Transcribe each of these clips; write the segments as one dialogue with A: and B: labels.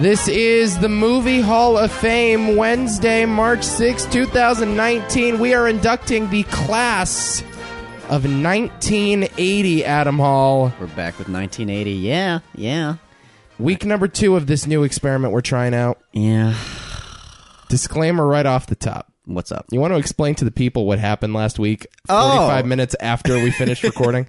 A: This is the Movie Hall of Fame Wednesday, March 6, 2019. We are inducting the class of 1980, Adam Hall.
B: We're back with 1980. Yeah, yeah,
A: Week number two of this new experiment we're trying out.
B: yeah.
A: Disclaimer right off the top.
B: What's up?
A: You want to explain to the people what happened last week, 45 minutes after we finished recording?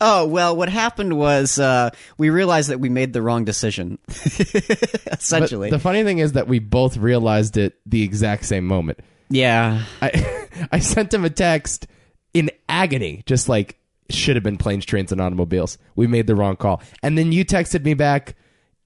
B: Oh well, what happened was uh, we realized that we made the wrong decision.
A: But
B: Essentially,
A: the funny thing is that we both realized it the exact same moment.
B: yeah.
A: I I sent him a text in agony, just like should have been planes, trains, and automobiles. We made the wrong call, and then you texted me back.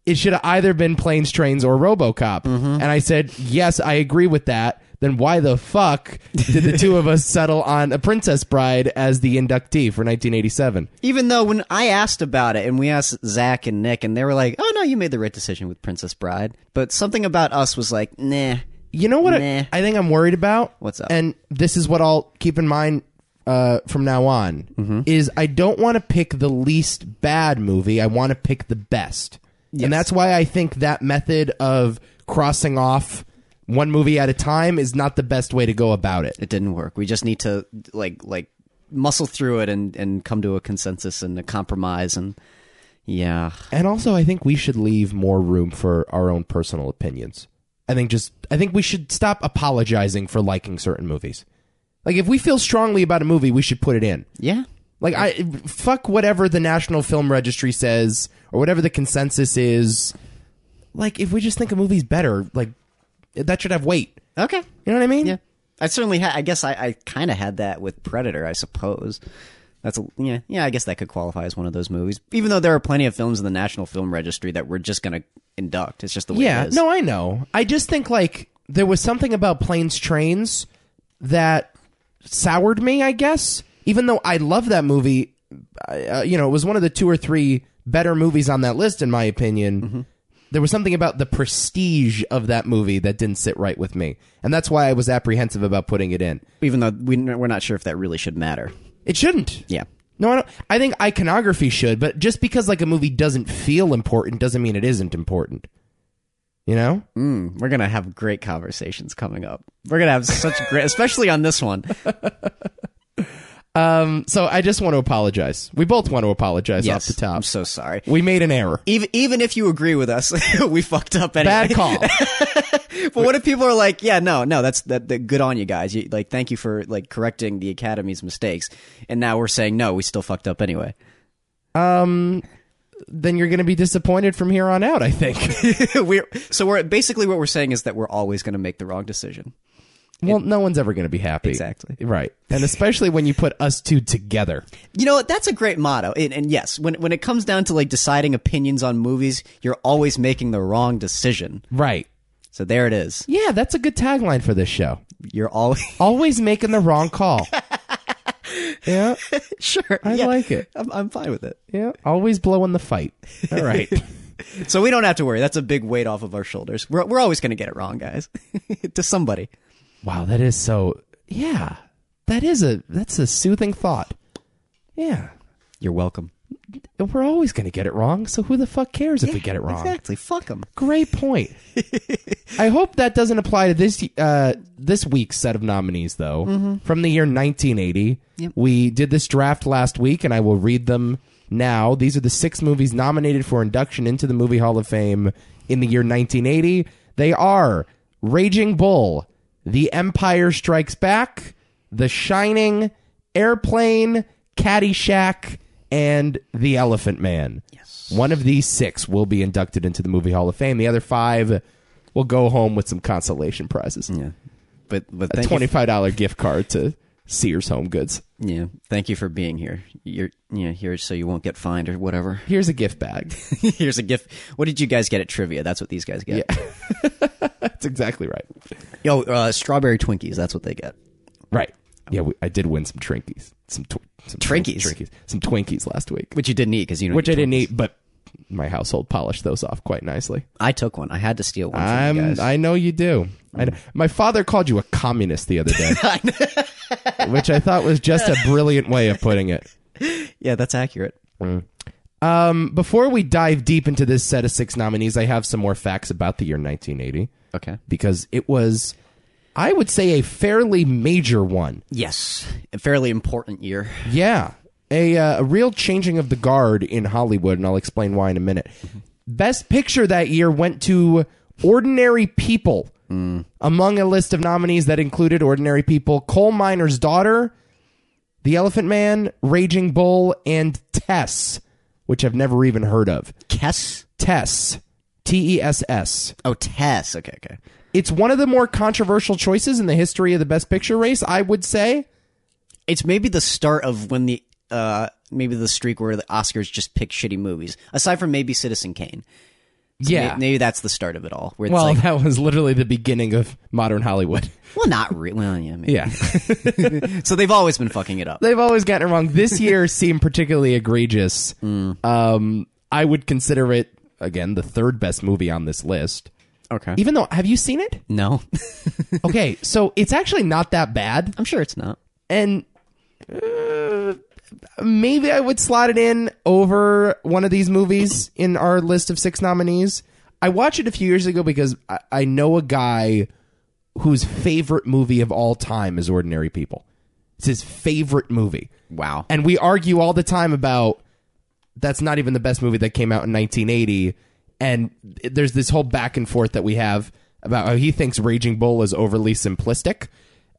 A: It should have either been planes, trains, or RoboCop. And I said, yes, I agree with that. Then why the fuck did the two of us settle on a Princess Bride as the inductee for 1987?
B: Even though when I asked about it, and we asked Zach and Nick, and they were like, "Oh no, you made the right decision with Princess Bride," but something about us was like, "Nah."
A: You know what
B: Nah.
A: I, I think I'm worried about?
B: What's up?
A: And this is what I'll keep in mind uh, from now on
B: Mm-hmm.
A: is I don't want to pick the least bad movie. I want to pick the best, and that's why I think that method of crossing off one movie at a time is not the best way to go about it.
B: It didn't work. We just need to like like muscle through it and and come to a consensus and a compromise and yeah.
A: And also, I think we should leave more room for our own personal opinions. I think just I think we should stop apologizing for liking certain movies. Like if we feel strongly about a movie, we should put it in.
B: Yeah.
A: Like I fuck whatever the National Film Registry says or whatever the consensus is. Like if we just think a movie's better, like that should have weight.
B: Okay.
A: You know what I mean?
B: Yeah. I certainly had I guess I, I kinda had that with Predator, I suppose. That's a, yeah, yeah, I guess that could qualify as one of those movies. Even though there are plenty of films in the National Film Registry that we're just gonna induct. It's just the way
A: Yeah.
B: it is.
A: No, I know. I just think like there was something about planes trains that soured me, I guess. Even though I love that movie, I- uh, you know, it was one of the two or three better movies on that list in my opinion.
B: Mm-hmm.
A: There was something about the prestige of that movie that didn't sit right with me. And that's why I was apprehensive about putting it in.
B: Even though we we're not sure if that really should matter.
A: It shouldn't.
B: Yeah.
A: No, I don't. I think iconography should, but just because like a movie doesn't feel important doesn't mean it isn't important. You know?
B: Mm, we're gonna have great conversations coming up. We're gonna have such great especially on this one.
A: Um, so I just want to apologize. We both want to apologize
B: Yes.
A: off the top.
B: I'm so sorry.
A: we made an error.
B: Even even if you agree with us, we fucked up anyway.
A: Bad call.
B: But what if people are like, yeah, no, no, that's that, that good on you guys. You, like, thank you for like correcting the academy's mistakes. And now we're saying, no, we still fucked up anyway.
A: then you're going to be disappointed from here on out, I think.
B: we're so we're basically what we're saying is that we're always going to make the wrong decision.
A: well, no one's ever going to be happy.
B: Exactly.
A: Right. And especially when you put us two together.
B: You know what? That's a great motto. And, and yes, when when it comes down to like deciding opinions on movies, you're always making the wrong decision.
A: Right.
B: So there it is.
A: Yeah, that's a good tagline for this show.
B: You're always
A: Always making the wrong call. yeah.
B: sure.
A: I
B: yeah.
A: like it.
B: I'm, I'm fine with it.
A: Yeah. Always blowing the fight. All right.
B: So we don't have to worry. That's a big weight off of our shoulders. We're we're always going to get it wrong, guys. to somebody.
A: Wow, that is so. Yeah, that is a that's a soothing thought. Yeah,
B: You're welcome.
A: we're always going to get it wrong, so who the fuck cares if we get it wrong?
B: Exactly. Fuck them.
A: Great point. I hope that doesn't apply to this uh, this week's set of nominees, though. From the year 1980, we did this draft last week, and I will read them now. These are the six movies nominated for induction into the Movie Hall of Fame in the year 1980. They are Raging Bull, The Empire Strikes Back, The Shining, Airplane, Caddyshack, and The Elephant Man. Yes. One of these six will be inducted into the Movie Hall of Fame. The other five will go home with some consolation prizes.
B: Yeah. But but
A: A
B: thank you.
A: twenty-five dollar gift card to Sears Home Goods.
B: yeah. Thank you for being here. You're yeah here so you won't get fined or whatever.
A: Here's a gift bag.
B: Here's a gift. What did you guys get at trivia? That's what these guys get.
A: That's exactly right.
B: Yo, uh, strawberry Twinkies. That's what they get.
A: Right. Yeah, we, I did win some Trinkies, some, tw- some
B: Trinkies?
A: Trinkies, some Twinkies last week,
B: Which you didn't eat because you know
A: which I didn't eat, but my household polished those off quite nicely.
B: I took one. I had to steal one. From you
A: I'm,
B: guys.
A: I know you do. I know. My father called you a communist the other day, which I thought was just a brilliant way of putting it.
B: yeah, that's accurate.
A: Um, before we dive deep into this set of six nominees, I have some more facts about the year 1980
B: Okay.
A: because it was, I would say, a fairly major one.
B: Yes, a fairly important year.
A: Yeah, a uh, a real changing of the guard in Hollywood, and I'll explain why in a minute. Best Picture that year went to Ordinary People,
B: Mm.
A: among a list of nominees that included Ordinary People, Coal Miner's Daughter, The Elephant Man, Raging Bull, and Tess, which I've never even heard of.
B: Kess?
A: Tess, T E S S.
B: Oh, Tess. Okay, okay.
A: It's one of the more controversial choices in the history of the Best Picture race, I would say.
B: It's maybe the start of when the uh maybe the streak where the Oscars just pick shitty movies. Aside from maybe Citizen Kane. So may- Maybe, that's the start of it all. Where it's
A: Well,
B: like,
A: that was literally the beginning of modern Hollywood.
B: well, not really. Well, yeah, maybe.
A: Yeah.
B: So they've always been fucking it up.
A: They've always gotten it wrong. This year seemed particularly egregious. Um, I would consider it, again, the third best movie on this list.
B: Okay.
A: Even though, have you seen it?
B: No.
A: Okay, so it's actually not that bad.
B: I'm sure it's not.
A: And uh, maybe I would slot it in over one of these movies in our list of six nominees. I watched it a few years ago because I, I know a guy whose favorite movie of all time is Ordinary People. It's his favorite movie.
B: Wow.
A: And we argue all the time about that's not even the best movie that came out in 1980. And there's this whole back and forth that we have about how he thinks Raging Bull is overly simplistic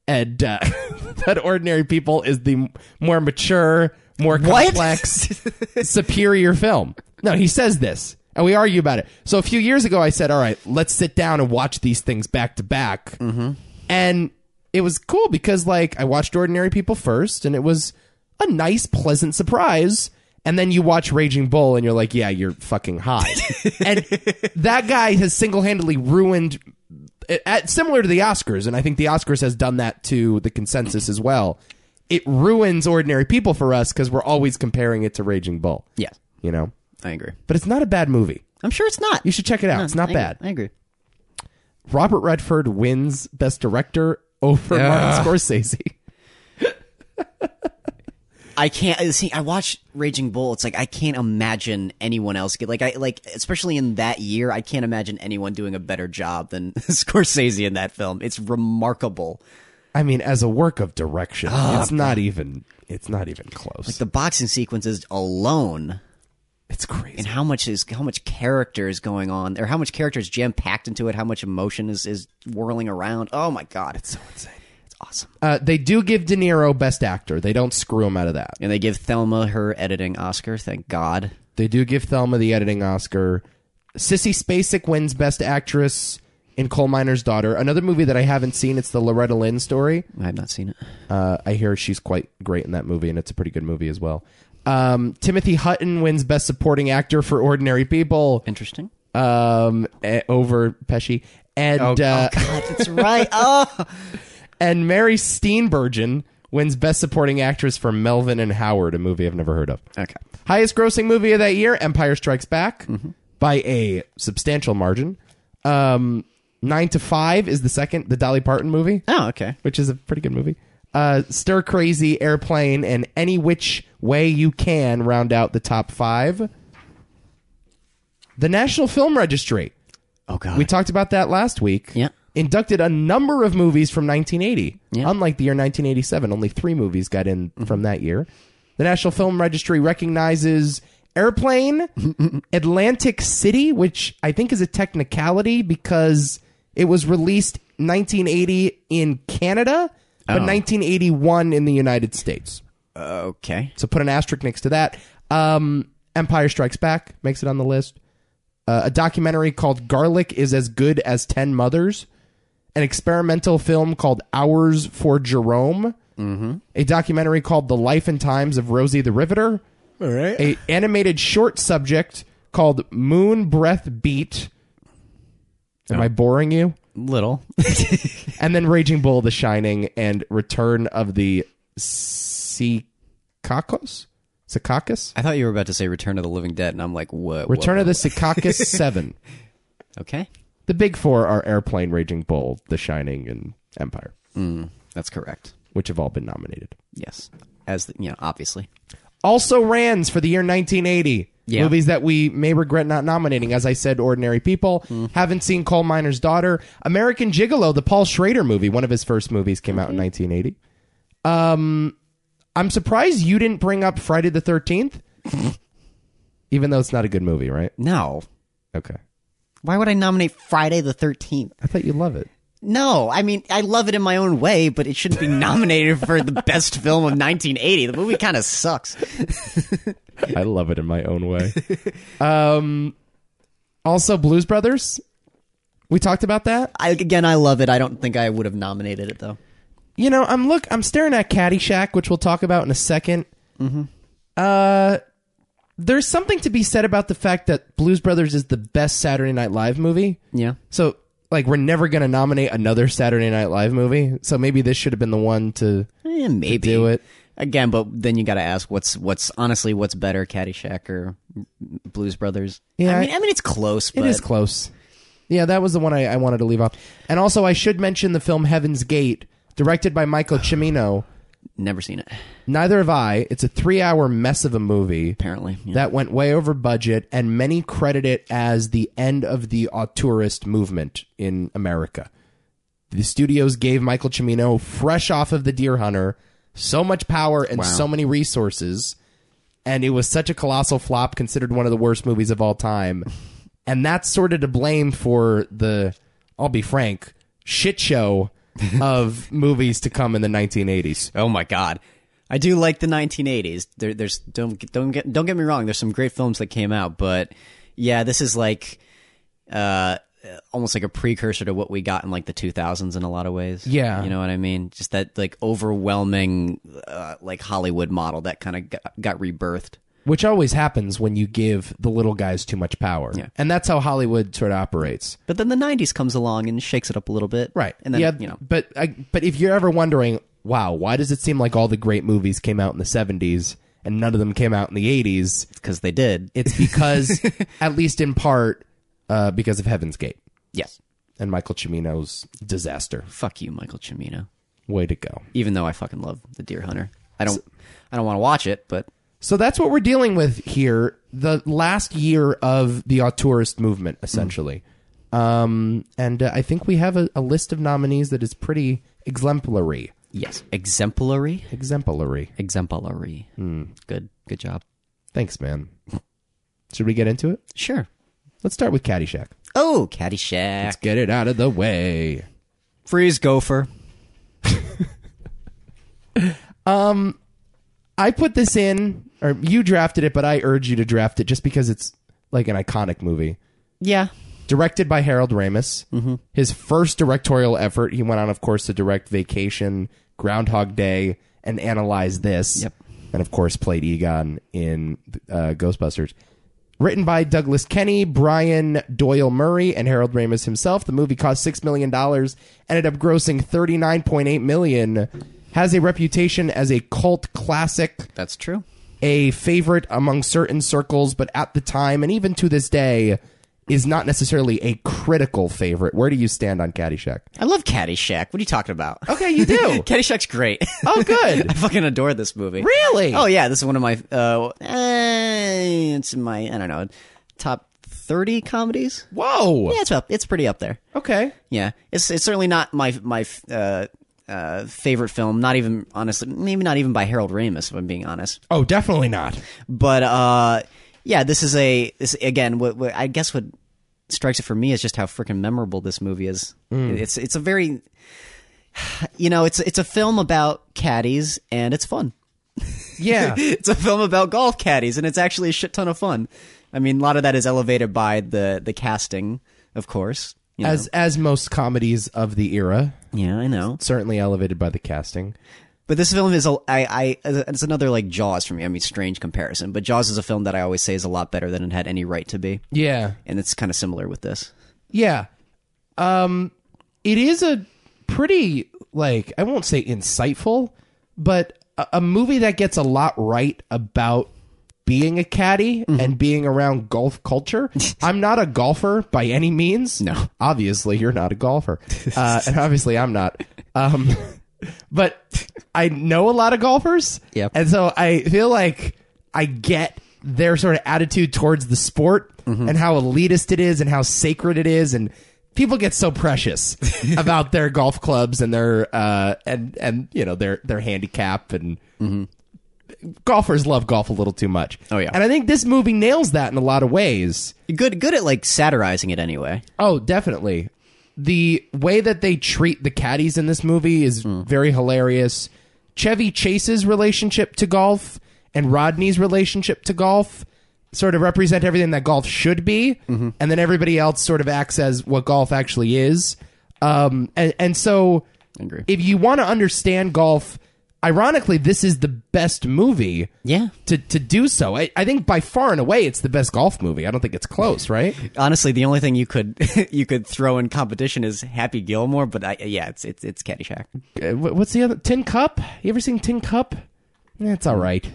A: and uh, that Ordinary People is the m- more mature, more
B: What?
A: complex, superior film. No, he says this. And we argue about it. So a few years ago, I said, all right, let's sit down and watch these things back to back.
B: Mm-hmm.
A: And it was cool because like I watched Ordinary People first and it was a nice pleasant surprise. And then you watch Raging Bull and you're like, yeah, you're fucking high. and that guy has single-handedly ruined at, similar to the Oscars and I think the Oscars has done that to the consensus as well. It ruins Ordinary People for us cuz we're always comparing it to Raging Bull.
B: Yeah,
A: You know.
B: I agree.
A: But it's not a bad movie.
B: I'm sure it's not.
A: You should check it out. it's not
B: I,
A: bad.
B: I agree.
A: Robert Redford wins Best Director over Martin Scorsese.
B: I can't I- see. I watch Raging Bull. It's like I can't imagine anyone else get like I like, especially in that year. I can't imagine anyone doing a better job than Scorsese in that film. It's remarkable.
A: I mean, as a work of direction, it's not even it's not even close.
B: The boxing sequences alone,
A: it's crazy.
B: and how much is how much character is going on, or how much character is jam packed into it, how much emotion is is whirling around. Oh my god, it's so insane. It's awesome.
A: Uh, they do give De Niro Best Actor. They don't screw him out of that.
B: And they give Thelma her editing Oscar. Thank God.
A: They do give Thelma the editing Oscar. Sissy Spacek wins Best Actress in Coal Miner's Daughter. Another movie that I haven't seen. It's the Loretta Lynn story.
B: I have not seen it.
A: Uh, I hear she's quite great in that movie, and it's a pretty good movie as well. Um, Timothy Hutton wins Best Supporting Actor for Ordinary People.
B: Interesting.
A: um, eh, over Pesci, and uh,
B: God, that's right. Oh,
A: and Mary Steenburgen wins Best Supporting Actress for Melvin and Howard, a movie I've never heard of.
B: okay.
A: Highest grossing movie of that year, Empire Strikes Back, by a substantial margin. Um, Nine to Five is the second, the Dolly Parton movie,
B: Oh, okay.
A: which is a pretty good movie. Uh, Stir Crazy, Airplane, and Any Which Way You Can round out the top five. The National Film Registry.
B: Oh God.
A: We talked about that last week.
B: Yeah.
A: Inducted a number of movies from 1980.
B: Yeah. Mm-hmm.
A: Unlike the year 1987, only three movies got in from that year. The National Film Registry recognizes Airplane, Atlantic City, which I think is a technicality because it was released 1980 in Canada,
B: Oh.
A: but 1981 in the United States.
B: okay.
A: So put an asterisk next to that. Um, Empire Strikes Back makes it on the list. Uh, a documentary called Garlic is as good as 10 Mothers. An experimental film called Hours for Jerome. Mm-hmm. A documentary called The Life and Times of Rosie the Riveter.
B: All right.
A: A animated short subject called Moon Breath Beat. Am I boring you?
B: little.
A: And then Raging Bull, The Shining, and Return of the Secacos? Secacus?
B: I thought you were about to say Return of the Living Dead, and I'm like, what? what-
A: Return of the Secaucus Seven.
B: Okay.
A: The big four are Airplane, Raging Bull, The Shining, and Empire,
B: That's correct.
A: which have all been nominated.
B: Yes. As the, you know, obviously.
A: Also Rands for the year 1980.
B: Yeah.
A: Movies that we may regret not nominating. As I said, Ordinary People. Haven't seen Coal Miner's Daughter. American Gigolo, the Paul Schrader movie, one of his first movies, came out in 1980. Um, I'm surprised you didn't bring up Friday the 13th, even though it's not a good movie, right?
B: No.
A: Okay.
B: Why would I nominate Friday the 13th?
A: I thought you love it.
B: No, I mean, I love it in my own way, but it shouldn't be nominated for the best film of 1980. The movie kind of sucks.
A: I love it in my own way. um, also, Blues Brothers. We talked about that.
B: I, again, I love it. I don't think I would have nominated it, though.
A: You know, I'm look. I'm staring at Caddyshack, which we'll talk about in a 2nd
B: Mm-hmm.
A: Uh, there's something to be said about the fact that Blues Brothers is the best Saturday Night Live movie.
B: Yeah.
A: So, like, we're never gonna nominate another Saturday Night Live movie. So maybe this should have been the one to
B: Eh, maybe.
A: do it.
B: Again, but then you got to ask what's what's honestly what's better, Caddyshack or Blues Brothers?
A: Yeah,
B: I
A: I-
B: mean, I mean it's close, but
A: It is close. Yeah, that was the one I, I wanted to leave off. And also, I should mention the film Heaven's Gate, directed by Michael Cimino.
B: never seen it.
A: Neither have I. It's a three hour mess of a movie
B: Apparently, yeah.
A: that went way over budget, and many credit it as the end of the auteurist movement in America. The studios gave Michael Cimino, fresh off of The Deer Hunter, so much power and so many resources, and it was such a colossal flop, considered one of the worst movies of all time. And that's sort of to blame for the, I'll be frank, shit show of movies to come in the 1980s.
B: Oh my god. I do like the 1980s. There, there's don't don't get don't get me wrong. There's some great films that came out, but yeah, this is like uh, almost like a precursor to what we got in like the 2000s in a lot of ways.
A: Yeah.
B: you know what I mean. Just that like overwhelming uh, like Hollywood model that kind of got, got rebirthed.
A: which always happens when you give the little guys too much power.
B: Yeah.
A: And that's how Hollywood sort of operates.
B: But then the 90s comes along and shakes it up a little bit. and then
A: yeah,
B: you know
A: But I, but if you're ever wondering, wow, why does it seem like all the great movies came out in the 70s and none of them came out in the 80s?
B: because they did.
A: It's because at least in part uh, because of Heaven's Gate
B: yes,
A: and Michael Cimino's disaster.
B: fuck you, Michael Cimino.
A: Way to go.
B: Even though I fucking love The Deer Hunter, I don't I don't want to watch it, but
A: So that's what we're dealing with here. The last year of the auteurist movement, essentially. Um, and uh, I think we have a, a list of nominees that is pretty exemplary.
B: Yes. Exemplary?
A: Exemplary.
B: Exemplary. Good. Good job.
A: Thanks, man. Should we get into it?
B: Sure.
A: Let's start with Caddyshack.
B: Oh, Caddyshack.
A: Let's get it out of the way.
B: Freeze gopher.
A: I put this in, or you drafted it, but I urge you to draft it just because it's like an iconic movie.
B: Yeah.
A: directed by Harold Ramis. His first directorial effort. He went on, of course, to direct Vacation, Groundhog Day, and Analyze This.
B: Yep.
A: And of course, played Egon in uh, Ghostbusters. Written by Douglas Kenny, Brian Doyle Murray, and Harold Ramis himself. The movie cost six million dollars, ended up grossing thirty nine point eight million. Has a reputation as a cult classic
B: That's true.
A: a favorite among certain circles, but at the time and even to this day is not necessarily a critical favorite. Where do you stand on Caddyshack?
B: I love Caddyshack. What are you talking about?
A: Okay, you do.
B: Oh, Caddyshack's great.
A: oh, good.
B: I fucking adore this movie.
A: Really?
B: Oh yeah, this is one of my uh eh, it's in my I don't know, top 30 comedies.
A: Whoa.
B: Yeah, it's up. It's pretty up there.
A: Okay.
B: Yeah, it's it's certainly not my my uh, uh, favorite film. Not even honestly, maybe not even by Harold Ramis. If I'm being honest,
A: Oh, definitely not.
B: but uh, yeah, this is a this again. What, what I guess what strikes it for me is just how freaking memorable this movie is. It's it's a very you know it's it's a film about caddies and it's fun.
A: Yeah.
B: It's a film about golf caddies and it's actually a shit ton of fun. I mean, a lot of that is elevated by the the casting, of course. You know?
A: as as most comedies of the era,
B: yeah, I know.
A: certainly elevated by the casting.
B: But this film is a I I it's another like Jaws for me. I mean, strange comparison, but Jaws is a film that I always say is a lot better than it had any right to be,
A: Yeah.
B: and it's kind of similar with this.
A: Yeah. Um it is a pretty like I won't say insightful, but a, a movie that gets a lot right about being a caddy and being around golf culture. I'm not a golfer by any means.
B: No.
A: Obviously you're not a golfer. Uh, and obviously I'm not. Um but I know a lot of golfers.
B: Yep.
A: And so I feel like I get their sort of attitude towards the sport
B: Mm-hmm.
A: and how elitist it is and how sacred it is and people get so precious about their golf clubs and their uh and and you know their their handicap and golfers love golf a little too much.
B: Mm-hmm. Oh, yeah.
A: And I think this movie nails that in a lot of ways.
B: Good, good at like satirizing it anyway.
A: Oh, definitely. The way that they treat the caddies in this movie is
B: Hmm.
A: very hilarious. Chevy Chase's relationship to golf and Rodney's relationship to golf sort of represent everything that golf should be,
B: Mm-hmm.
A: and then everybody else sort of acts as what golf actually is. Um, and, and so,
B: agree.
A: if you want to understand golf, ironically, this is the best movie
B: Yeah.
A: to, to do so. I, I think by far and away, it's the best golf movie. I don't think it's close, right?
B: Honestly, the only thing you could you could throw in competition is Happy Gilmore, but I, yeah, it's it's it's Caddyshack.
A: Uh, wh- what's the other Tin Cup? You ever seen Tin Cup? That's all right.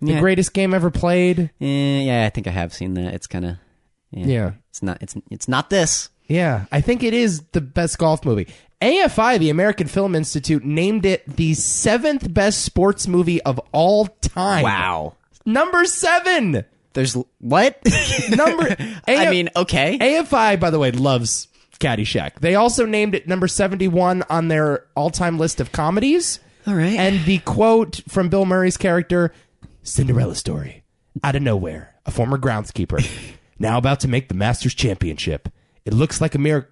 A: The
B: Yeah.
A: greatest game ever played.
B: Eh, yeah, I think I have seen that. It's kind of
A: Yeah.
B: It's not it's it's not this.
A: Yeah, I think it is the best golf movie. AFI, the American Film Institute, named it the seventh best sports movie of all time. Number seven.
B: There's l- what?
A: Number.
B: I
A: AF
B: mean, okay.
A: AFI, by the way, loves Caddyshack. They also named it number 71 on their all time list of comedies.
B: All right.
A: And the quote from Bill Murray's character Cinderella story. Out of nowhere, a former groundskeeper, now about to make the Masters Championship. It looks like a miracle.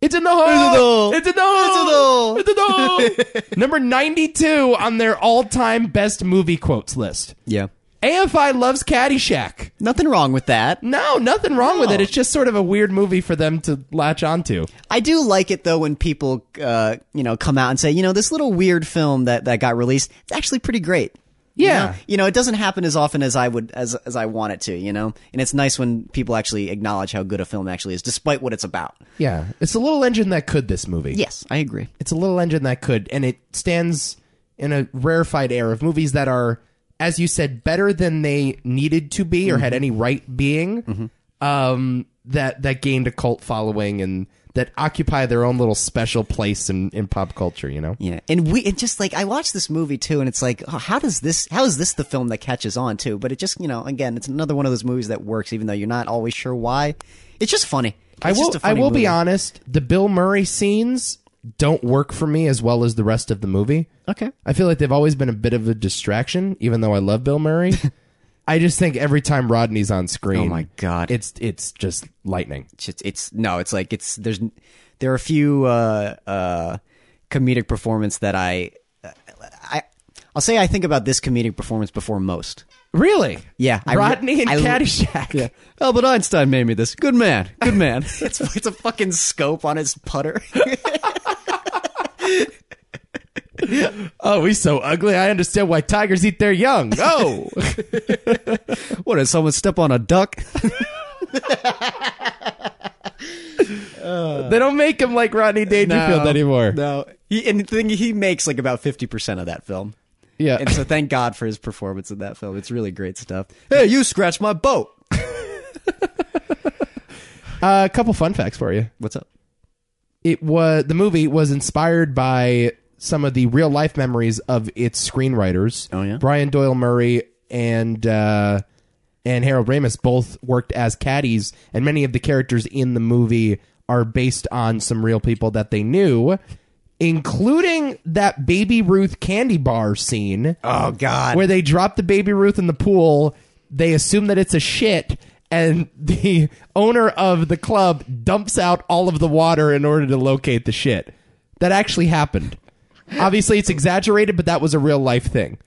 A: It's in the hole.
B: hole.
A: It's in the hole. It's in the hole. Number 92 on their all time best movie quotes list.
B: yeah.
A: AFI loves Caddyshack.
B: Nothing wrong with that.
A: No, nothing wrong with
B: No.
A: it. It's just sort of a weird movie for them to latch onto.
B: I do like it though when people, uh, you know, come out and say, you know, this little weird film that that got released, it's actually pretty great. You
A: Yeah.
B: know? you know, it doesn't happen as often as I would as as I want it to. You know, and it's nice when people actually acknowledge how good a film actually is, despite what it's about.
A: Yeah. It's a little engine that could this movie.
B: Yes, I agree.
A: It's a little engine that could, and it stands in a rarefied air of movies that are, as you said, better than they needed to be or had any right being. Um, that that gained a cult following and that occupy their own little special place in, in pop culture. You know.
B: Yeah, and we and just like I watched this movie too, and it's like, oh, how does this? How is this the film that catches on too? But it just, you know, again, it's another one of those movies that works, even though you're not always sure why. It's just funny. It's
A: I will.
B: Just a
A: I
B: funny
A: will
B: movie.
A: be honest. The Bill Murray scenes don't work for me as well as the rest of the movie.
B: Okay.
A: I feel like they've always been a bit of a distraction, even though I love Bill Murray. I just think every time Rodney's on screen,
B: Oh my God.
A: it's it's just lightning.
B: It's, just- it's no, it's like it's there's there are a few uh, uh, comedic performance that I uh, I I'll say I think about this comedic performance before most.
A: Really?
B: Yeah, I re-
A: Rodney and
B: I-
A: Caddyshack.
B: Albert Einstein made me this. Good man. Good man. it's it's a fucking scope on his putter.
A: Oh, he's so ugly. I understand why tigers eat their young. Oh,
B: What did someone step on a duck?
A: they don't make him like Rodney Dangerfield anymore.
B: No, he, and the thing he makes like about fifty percent of that film,
A: Yeah.
B: and so thank God for his performance in that film. It's really great stuff. Hey, you scratched my boat.
A: Uh, a couple fun facts for you.
B: What's up?
A: It was the movie was inspired by some of the real life memories of its screenwriters.
B: Oh, yeah?
A: Brian Doyle Murray and uh, and Harold Ramis both worked as caddies, and many of the characters in the movie are based on some real people that they knew, including that Baby Ruth candy bar scene
B: Oh God,
A: where they drop the baby Ruth in the pool. They assume that it's a shit, and the owner of the club dumps out all of the water in order to locate the shit. That actually happened. Obviously, it's exaggerated, but that was a real life thing.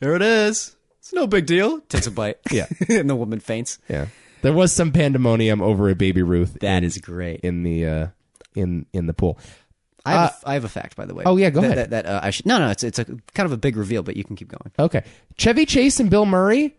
B: there it is. It's no big deal. Takes a bite.
A: Yeah.
B: and the woman faints.
A: Yeah, there was some pandemonium over a baby Ruth
B: That is great.
A: in the uh, in in the pool.
B: I have, a f- I have a fact, by the way.
A: oh, yeah, go
B: That-
A: ahead.
B: That, that uh, I should. No, no, it's it's a kind of a big reveal, but you can keep going.
A: Uh, Okay, Chevy Chase and Bill Murray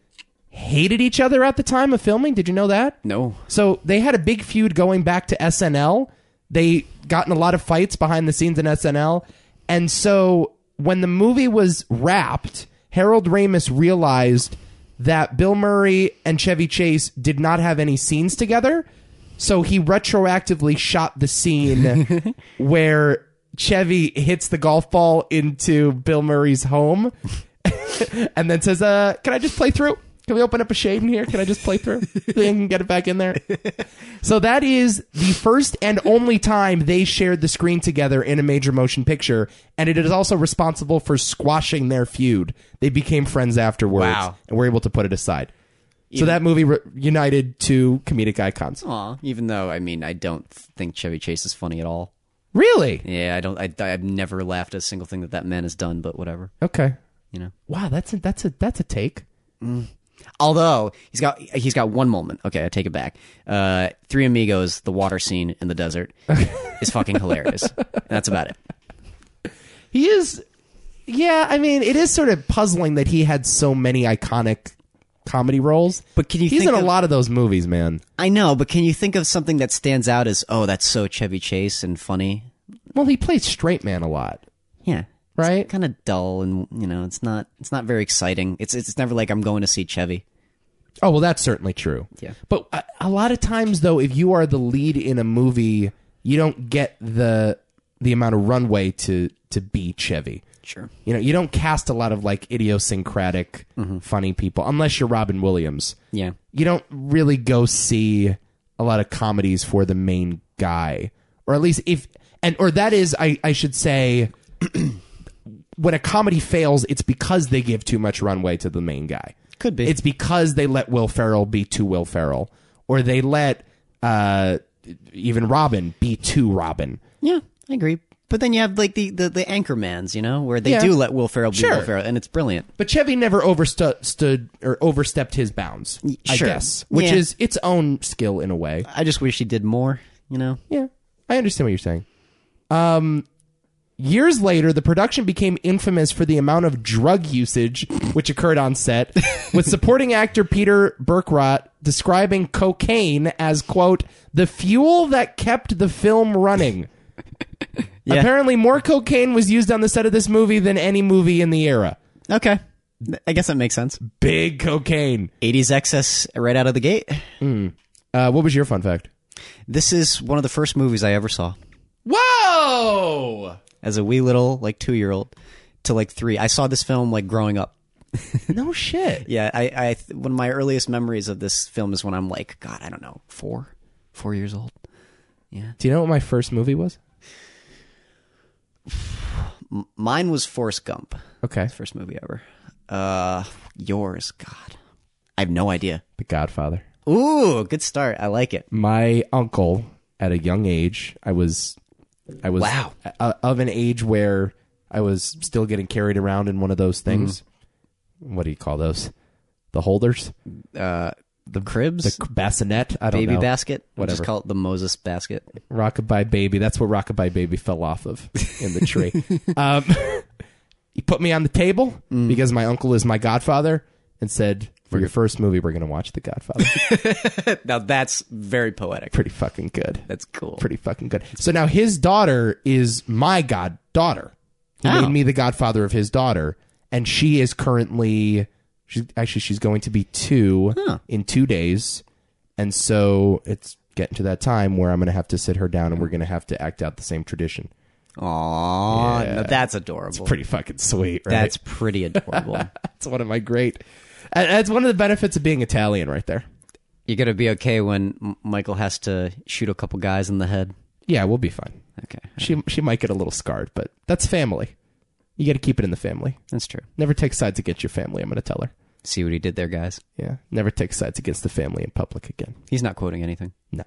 A: hated each other at the time of filming. Did you know that?
B: No.
A: So they had a big feud going back to SNL. They got in a lot of fights behind the scenes in SNL. And so when the movie was wrapped, Harold Ramis realized that Bill Murray and Chevy Chase did not have any scenes together. So he retroactively shot the scene where Chevy hits the golf ball into Bill Murray's home and then says, uh, Can I just play through? Can we open up a shade in here? Can I just play through? Then I can get it back in there. So that is the first and only time they shared the screen together in a major motion picture, and it is also responsible for squashing their feud. They became friends afterwards,
B: Wow.
A: and were able to put it aside. So that movie re- united two comedic icons.
B: Aw, even though I mean I don't think Chevy Chase is funny at all.
A: Really?
B: Yeah, I don't. I, I've never laughed at a single thing that that man has done. But whatever,
A: Okay.
B: you know.
A: Wow, that's a, that's a that's a take.
B: Although he's got he's got one moment. Okay, I take it back. Uh, Three Amigos, the water scene in the desert is fucking hilarious. That's about it.
A: He is. Yeah, I mean, it is sort of puzzling that he had so many iconic comedy roles.
B: But can you
A: He's
B: think
A: in a
B: of-
A: lot of those movies, man.
B: I know, but can you think of something that stands out as oh that's so Chevy Chase and funny?
A: Well, he plays straight man a lot,
B: Yeah.
A: right?
B: Kind of dull, and you know, it's not it's not very exciting. It's it's never like I'm going to see Chevy.
A: Oh, well, that's certainly true.
B: Yeah.
A: But a, a lot of times, though, if you are the lead in a movie, you don't get the the amount of runway to to be Chevy.
B: Sure.
A: You know, you don't cast a lot of like idiosyncratic,
B: Mm-hmm.
A: funny people unless you're Robin Williams.
B: Yeah.
A: you don't really go see a lot of comedies for the main guy or at least if and or that is i i should say when a comedy fails it's because they give too much runway to the main guy
B: Could be.
A: it's because they let will ferrell be too will ferrell or they let uh even robin be too robin
B: Yeah, I agree. But then you have like the the, the anchormans, you know, where they
A: Yeah.
B: do let Will Ferrell be
A: Sure.
B: Will Ferrell, and it's brilliant.
A: but chevy never overstood stood or overstepped his bounds i
B: sure.
A: guess which
B: Yeah.
A: is its own skill in a way
B: I just wish he did more, you know.
A: Yeah, I understand what you're saying. Um, years later, the production became infamous for the amount of drug usage which occurred on set, with supporting actor Peter Burkrot describing cocaine as "quote the fuel that kept the film running."
B: Yeah.
A: Apparently, more cocaine was used on the set of this movie than any movie in the era.
B: Okay, I guess that makes sense.
A: Big cocaine.
B: Eighties excess right out of the gate.
A: Uh, what was your fun fact?
B: This is one of the first movies I ever saw
A: Whoa!
B: as a wee little like two year old to like three. I saw this film like growing up.
A: No shit.
B: Yeah, I, I one of my earliest memories of this film is when I'm like, God, I don't know, four, four years old.
A: Do you know what my first movie was?
B: Mine was Forrest Gump.
A: Okay,
B: First movie ever. Uh, yours, God. I have no idea.
A: The Godfather.
B: Ooh, good start. I like it.
A: my uncle at a young age i was i was
B: Wow.
A: uh, of an age where i was still getting carried around in one of those things what do you call those the holders
B: Uh, the cribs,
A: the c- bassinet i don't
B: baby
A: know
B: basket. We'll
A: Whatever.
B: just call it the Moses basket.
A: rockabye baby that's what rockabye baby fell off of in the tree um, he put me on the table because my uncle is my godfather and said for your first movie we're going to watch the godfather
B: Now that's very poetic.
A: pretty fucking good
B: That's cool.
A: pretty fucking good. So now his daughter is my goddaughter. He
B: Oh.
A: made me the godfather of his daughter, and she is currently she's actually she's going to be two in two days, and so it's getting to that time where I'm going to have to sit her down and we're going to have to act out the same tradition.
B: Aww, now that's adorable.
A: Pretty fucking sweet, right?
B: that's pretty adorable.
A: that's one of my great. and That's one of the benefits of being Italian, right there.
B: You're gonna be okay when M- Michael has to shoot a couple guys in the head.
A: Yeah, we'll be fine.
B: Okay,
A: She she might get a little scarred, but that's family. You got to keep it in the family.
B: that's true.
A: Never take sides against your family. I'm going to tell her.
B: See what he did there, guys.
A: Yeah. Never take sides against the family in public again.
B: He's not quoting anything.
A: No.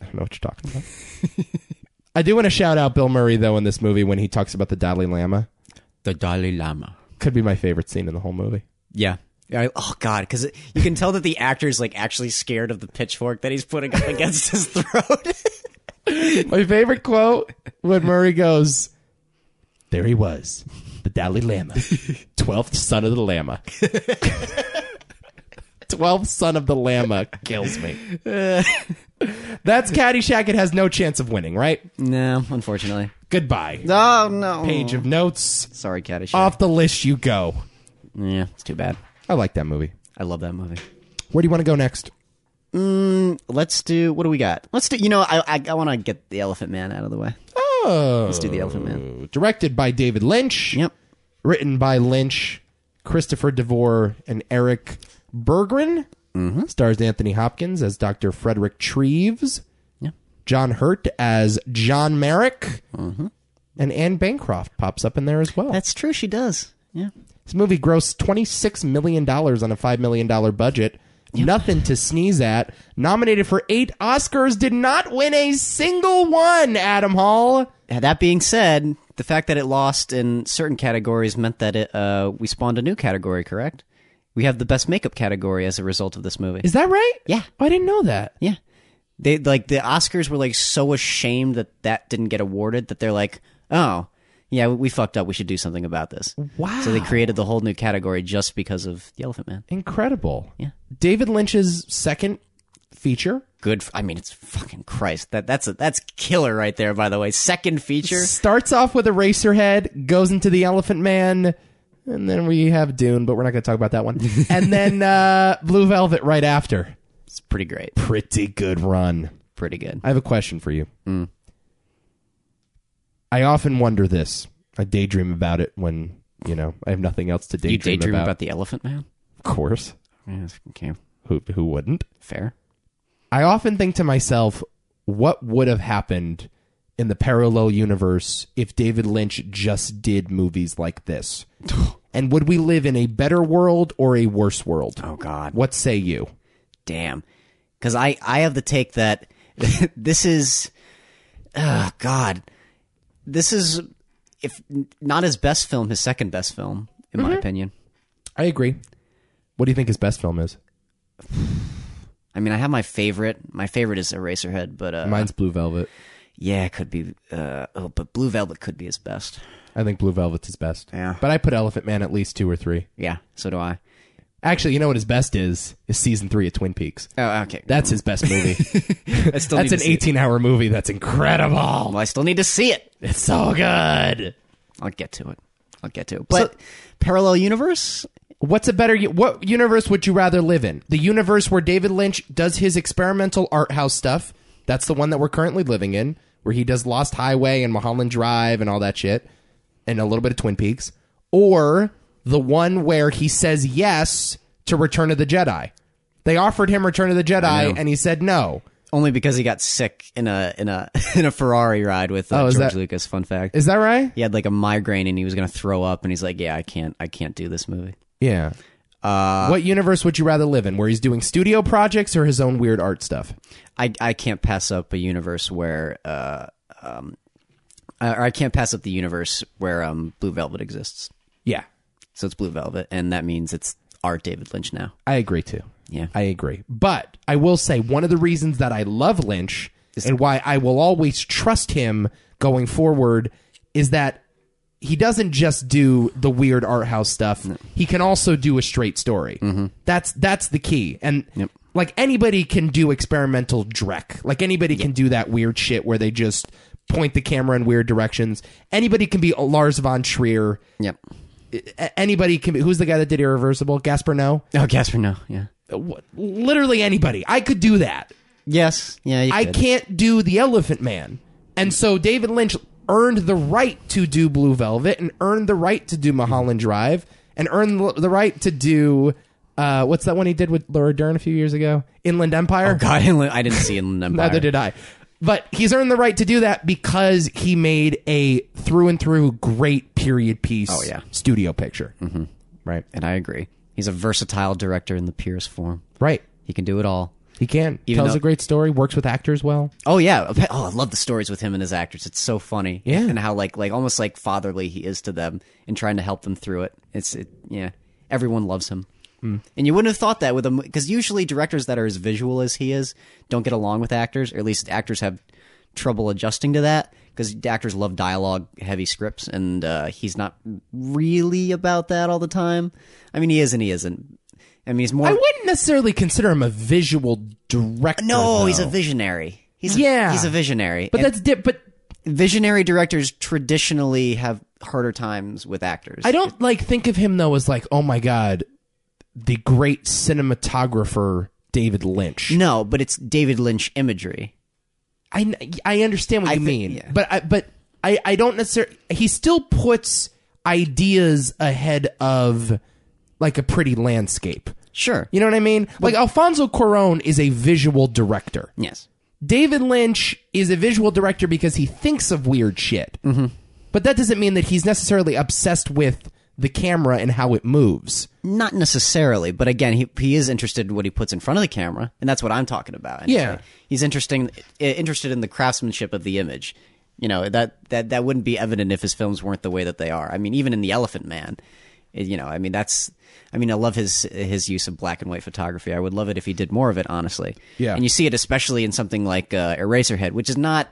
A: I don't know what you're talking about. I do want to shout out Bill Murray, though, in this movie when he talks about the Dalai Lama.
B: The Dalai Lama.
A: Could be my favorite scene in the whole movie.
B: Yeah. I, oh God, because you can tell that the actor's like actually scared of the pitchfork that he's putting up against his throat.
A: My favorite quote when Murray goes, There he was, the Dalai Lama, 12th son of the Lama. 12th son of the Lama kills me. That's Caddyshack. It has no chance of winning, right?
B: no, unfortunately.
A: Goodbye.
B: Oh no. Oh.
A: Page of notes.
B: Sorry, Caddyshack.
A: Off the list you go.
B: yeah, it's too bad.
A: I like that movie.
B: I love that movie.
A: Where do you want to go next?
B: Let's do. What do we got? Let's do. You know, I I, I want to get the Elephant Man out of the way.
A: Oh,
B: Let's do the Elephant Man.
A: directed by David Lynch.
B: Yep.
A: Written by Lynch, Christopher DeVore, and Eric Berggren stars Anthony Hopkins as Dr. Frederick Treves,
B: Yeah.
A: John Hurt as John Merrick, and Anne Bancroft pops up in there as well.
B: That's true. She does. Yeah.
A: This movie grossed $26 million on a $5 million budget. Nothing to sneeze at. Nominated for eight Oscars, did not win a single one, Adam Hall.
B: Now, That being said, the fact that it lost in certain categories meant that it uh, we spawned a new category. Correct? We have the best makeup category as a result of this movie.
A: Is that right?
B: Yeah.
A: Oh, I didn't know that.
B: yeah. They like the Oscars were like so ashamed that that didn't get awarded that they're like, oh, yeah, we fucked up. We should do something about this.
A: Wow.
B: So they created the whole new category just because of the Elephant Man.
A: Incredible.
B: Yeah.
A: David Lynch's second feature.
B: Good. f I I mean, it's fucking Christ. That that's a, that's killer right there. By the way, second feature.
A: Starts off with Eraserhead, goes into the Elephant Man, and then we have Dune, but we're not going to talk about that one. and then uh, Blue Velvet right after.
B: It's pretty great.
A: Pretty good run.
B: Pretty good.
A: I have a question for you.
B: Hmm.
A: I often wonder this. I daydream about it when you know I have nothing else to daydream,
B: you daydream about.
A: about.
B: the Elephant Man?
A: Of course,
B: Yes. Okay.
A: who who wouldn't?
B: Fair.
A: I often think to myself, what would have happened in the parallel universe if David Lynch just did movies like this? and would we live in a better world or a worse world?
B: Oh God.
A: What say you?
B: Damn. Because I I have the take that this is. Oh God. This is if not his best film, his second best film, in my opinion.
A: I agree. What do you think his best film is?
B: I mean, I have my favorite. My favorite is Eraserhead, but uh,
A: Mine's Blue Velvet.
B: yeah, it could be. Uh, oh, but Blue Velvet could be his best.
A: I think Blue Velvet's his best.
B: Yeah.
A: But I put Elephant Man at least two or three.
B: Yeah, so do I.
A: Actually, you know what his best is? Is season three of Twin Peaks.
B: Oh, okay.
A: That's his best movie.
B: I still
A: that's
B: need
A: an
B: to see it.
A: 18 hour movie. That's incredible.
B: Well, I still need to see it.
A: It's so good.
B: I'll get to it. I'll get to it. But parallel universe.
A: What's a better u- what universe would you rather live in? The universe where David Lynch does his experimental art house stuff. That's the one that we're currently living in, where he does Lost Highway and Mulholland Drive and all that shit, and a little bit of Twin Peaks, or the one where he says yes to Return of the Jedi. They offered him Return of the Jedi, and he said no.
B: Only because he got sick in a in a in a Ferrari ride with uh,
A: Oh, is
B: George
A: that-
B: Lucas. Fun fact:
A: Is that right?
B: he had like a migraine and he was gonna throw up, and he's like, "Yeah, I can't, I can't do this movie."
A: Yeah. what universe would you rather live in, where he's doing studio projects or his own weird art stuff?
B: I I can't pass up a universe where, uh, um, or I can't pass up the universe where um Blue Velvet exists.
A: Yeah,
B: So it's Blue Velvet, and that means it's our David Lynch now.
A: I agree too.
B: Yeah,
A: I agree. But I will say one of the reasons that I love Lynch and why I will always trust him going forward is that he doesn't just do the weird art house stuff. He can also do a straight story. That's that's the key. And like anybody can do experimental dreck. Like anybody can do that weird shit where they just point the camera in weird directions. Anybody can be Lars von Trier.
B: yep.
A: A- Anybody can be who's the guy that did Irreversible? Gaspar Noe?
B: Oh, Casper, no, yeah,
A: Wh- literally anybody. I could do that.
B: yes, yeah. You
A: I
B: could.
A: can't do the Elephant Man. And so David Lynch earned the right to do Blue Velvet and earned the right to do Mulholland Drive and earned l- the right to do uh, what's that one he did with Laura Dern a few years ago? Inland Empire?
B: Oh, God, Inland- I didn't see Inland Empire.
A: Neither did I. But he's earned the right to do that because he made a through and through great period piece
B: Oh, yeah.
A: studio picture. Mm-hmm. Right.
B: and I agree. He's a versatile director in the purest form.
A: Right.
B: He can do it all.
A: He can. Tells
B: though-
A: a great story, works with actors well.
B: Oh yeah. Oh, I love the stories with him and his actors. It's so funny.
A: Yeah.
B: And how like like almost like fatherly he is to them and trying to help them through it. It's it, yeah. Everyone loves him.
A: Hmm.
B: And you wouldn't have thought that with him because usually directors that are as visual as he is don't get along with actors, or at least actors have trouble adjusting to that because actors love dialogue heavy scripts and uh, he's not really about that all the time. I mean, he is and he isn't. I mean, he's more.
A: I wouldn't necessarily consider him a visual director.
B: no,
A: though.
B: he's a visionary. He's
A: Yeah.
B: a, he's a visionary.
A: But
B: And-
A: that's di- but
B: visionary directors traditionally have harder times with actors.
A: I don't like think of him though as like oh my god, the great cinematographer David Lynch.
B: no, but it's David Lynch imagery.
A: I I understand what you
B: thi-
A: mean,
B: yeah.
A: but I but I I don't necessarily. He still puts ideas ahead of like a pretty landscape.
B: Sure.
A: You know what I mean? Like Alfonso Cuarón is a visual director.
B: Yes.
A: David Lynch is a visual director because he thinks of weird shit. But that doesn't mean that he's necessarily obsessed with the camera and how it moves.
B: Not necessarily, but again, he he is interested in what he puts in front of the camera, and that's what I'm talking about. And
A: Yeah.
B: so he's interesting i- interested in the craftsmanship of the image. You know that that that wouldn't be evident if his films weren't the way that they are. I mean, even in The Elephant Man, it- you know, I mean that's. I mean, I love his his use of black and white photography. I would love it if he did more of it, honestly.
A: Yeah.
B: and you see it especially in something like uh, Eraserhead, which is not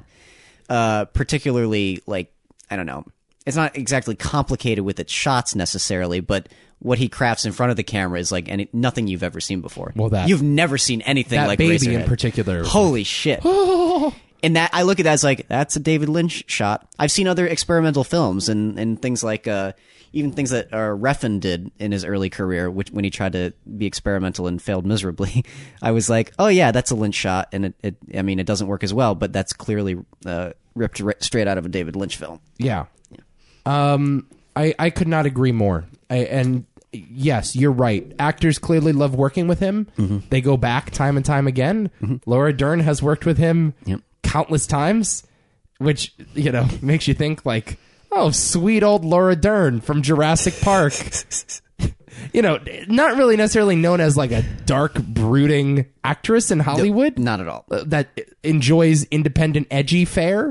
B: uh, particularly like I don't know. It's not exactly complicated with its shots necessarily, but what he crafts in front of the camera is like any, nothing you've ever seen before.
A: Well, that-
B: you've never seen anything
A: That
B: like
A: baby
B: Eraserhead.
A: in particular.
B: Holy shit! and that I look at that as like that's a David Lynch shot. I've seen other experimental films and and things like uh, even things that uh, Refn did in his early career, which when he tried to be experimental and failed miserably. I was like, oh yeah, that's a Lynch shot, and it, it I mean it doesn't work as well, but that's clearly uh, ripped ri- straight out of a David Lynch film.
A: Yeah. Um, I I could not agree more. I, and yes, you're right. Actors clearly love working with him. They go back time and time again. Laura Dern has worked with him countless times, which you know makes you think like, oh, sweet old Laura Dern from Jurassic Park. you know, not really necessarily known as like a dark, brooding actress in Hollywood
B: Not at all.
A: uh, that enjoys independent edgy fare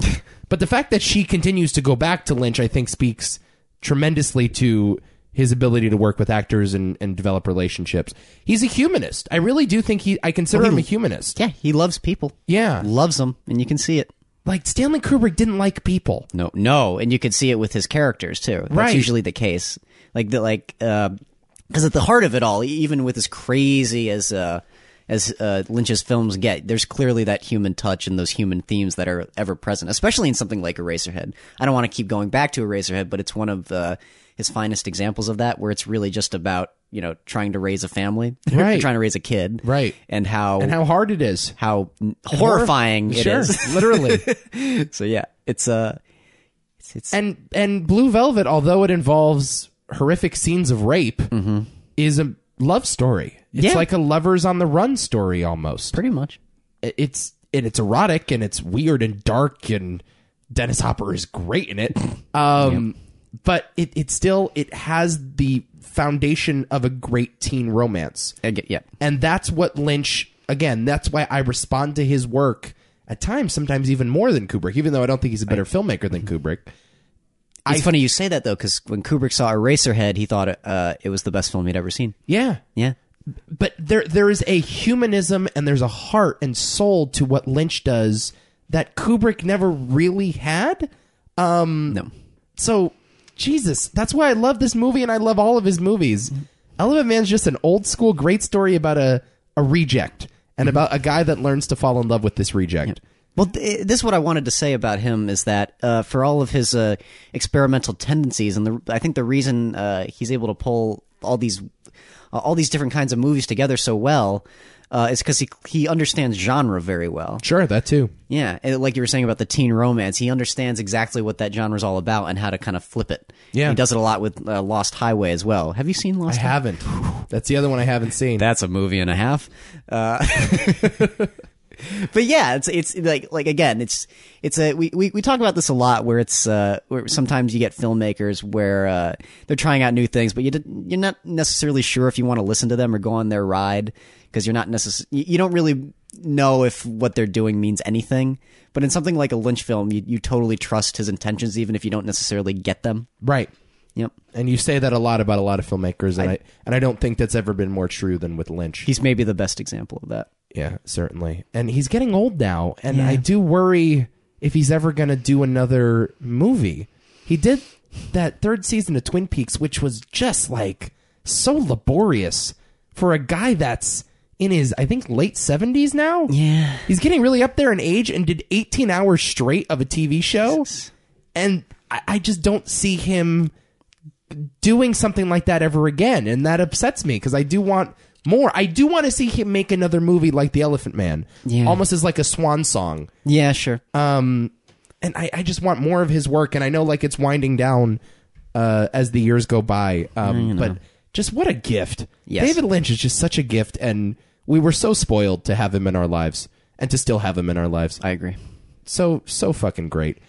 A: but the fact that she continues to go back to lynch i think speaks tremendously to his ability to work with actors and, and develop relationships he's a humanist i really do think he i consider him a humanist
B: Yeah, he loves people.
A: yeah
B: loves them, and you can see it.
A: like stanley kubrick didn't like people
B: No, no, and you could see it with his characters too. That's
A: Right.
B: usually the case. Like the like, because at the heart of it all, e- even with as crazy as uh, as uh, Lynch's films get, there's clearly that human touch and those human themes that are ever present, especially in something like Eraserhead. I don't want to keep going back to Eraserhead, but it's one of uh, his finest examples of that, where it's really just about you know trying to raise a family,
A: Right.
B: trying to raise a kid,
A: Right.
B: and how
A: and how hard it is
B: how horrifying it
A: sure
B: is.
A: literally
B: so yeah, it's uh, it's, it's
A: and and blue velvet although it involves horrific scenes of rape is a love story it's
B: Yeah.
A: like a lovers on the run story almost
B: pretty much.
A: it's and it's erotic and it's weird and dark and Dennis Hopper is great in it. Um but it it still it has the foundation of a great teen romance.
B: I get- yeah.
A: And that's what Lynch again, that's why I respond to his work at times sometimes even more than Kubrick even though I don't think he's a better filmmaker than Kubrick.
B: It's funny you say that though, because when Kubrick saw Eraserhead, he thought uh, it was the best film he'd ever seen.
A: Yeah.
B: Yeah,
A: But there there is a humanism and there's a heart and soul to what Lynch does that Kubrick never really had.
B: no,
A: so Jesus, that's why I love this movie and I love all of his movies. Elephant Man's just an old school great story about a a reject and about a guy that learns to fall in love with this reject.
B: Well, th- eh, this is what I wanted to say about him is that uh, for all of his uh, experimental tendencies, and the, I think the reason uh, he's able to pull all these uh, all these different kinds of movies together so well uh, is because he he understands genre very well.
A: Sure, that too.
B: Yeah, and like you were saying about the teen romance, he understands exactly what that genre is all about and how to kind of flip it.
A: Yeah.
B: he does it a lot with uh, Lost Highway as well. Have you seen Lost?
A: I
B: Highway?
A: haven't. That's the other one I haven't seen.
B: That's a movie and a half. Uh, but yeah, it's it's like like again, it's it's a we, we, we talk about this a lot where it's uh, where sometimes you get filmmakers where uh, they're trying out new things, but you did, you're not necessarily sure if you want to listen to them or go on their ride because you're not necess- you, you don't really know if what they're doing means anything. But in something like a Lynch film, you, you totally trust his intentions even if you don't necessarily get them.
A: right.
B: Yep.
A: And you say that a lot about a lot of filmmakers and I, and I don't think that's ever been more true than with Lynch.
B: He's maybe the best example of that.
A: Yeah, certainly. And he's getting old now, and I do worry if he's ever going to do another movie. He did that third season of Twin Peaks, which was just like so laborious for a guy that's in his, I think, late 70s now.
B: Yeah.
A: He's getting really up there in age and did 18 hours straight of a TV show. And I, I just don't see him doing something like that ever again. And that upsets me because I do want more. I do want to see him make another movie like The Elephant Man,
B: Yeah.
A: almost as like a swan song.
B: Yeah, sure.
A: And I, I just want more of his work. And I know like it's winding down uh, as the years go by. Um, But just what a gift.
B: Yes.
A: David Lynch is just such a gift, and we were so spoiled to have him in our lives and to still have him in our lives.
B: I agree.
A: So so fucking great.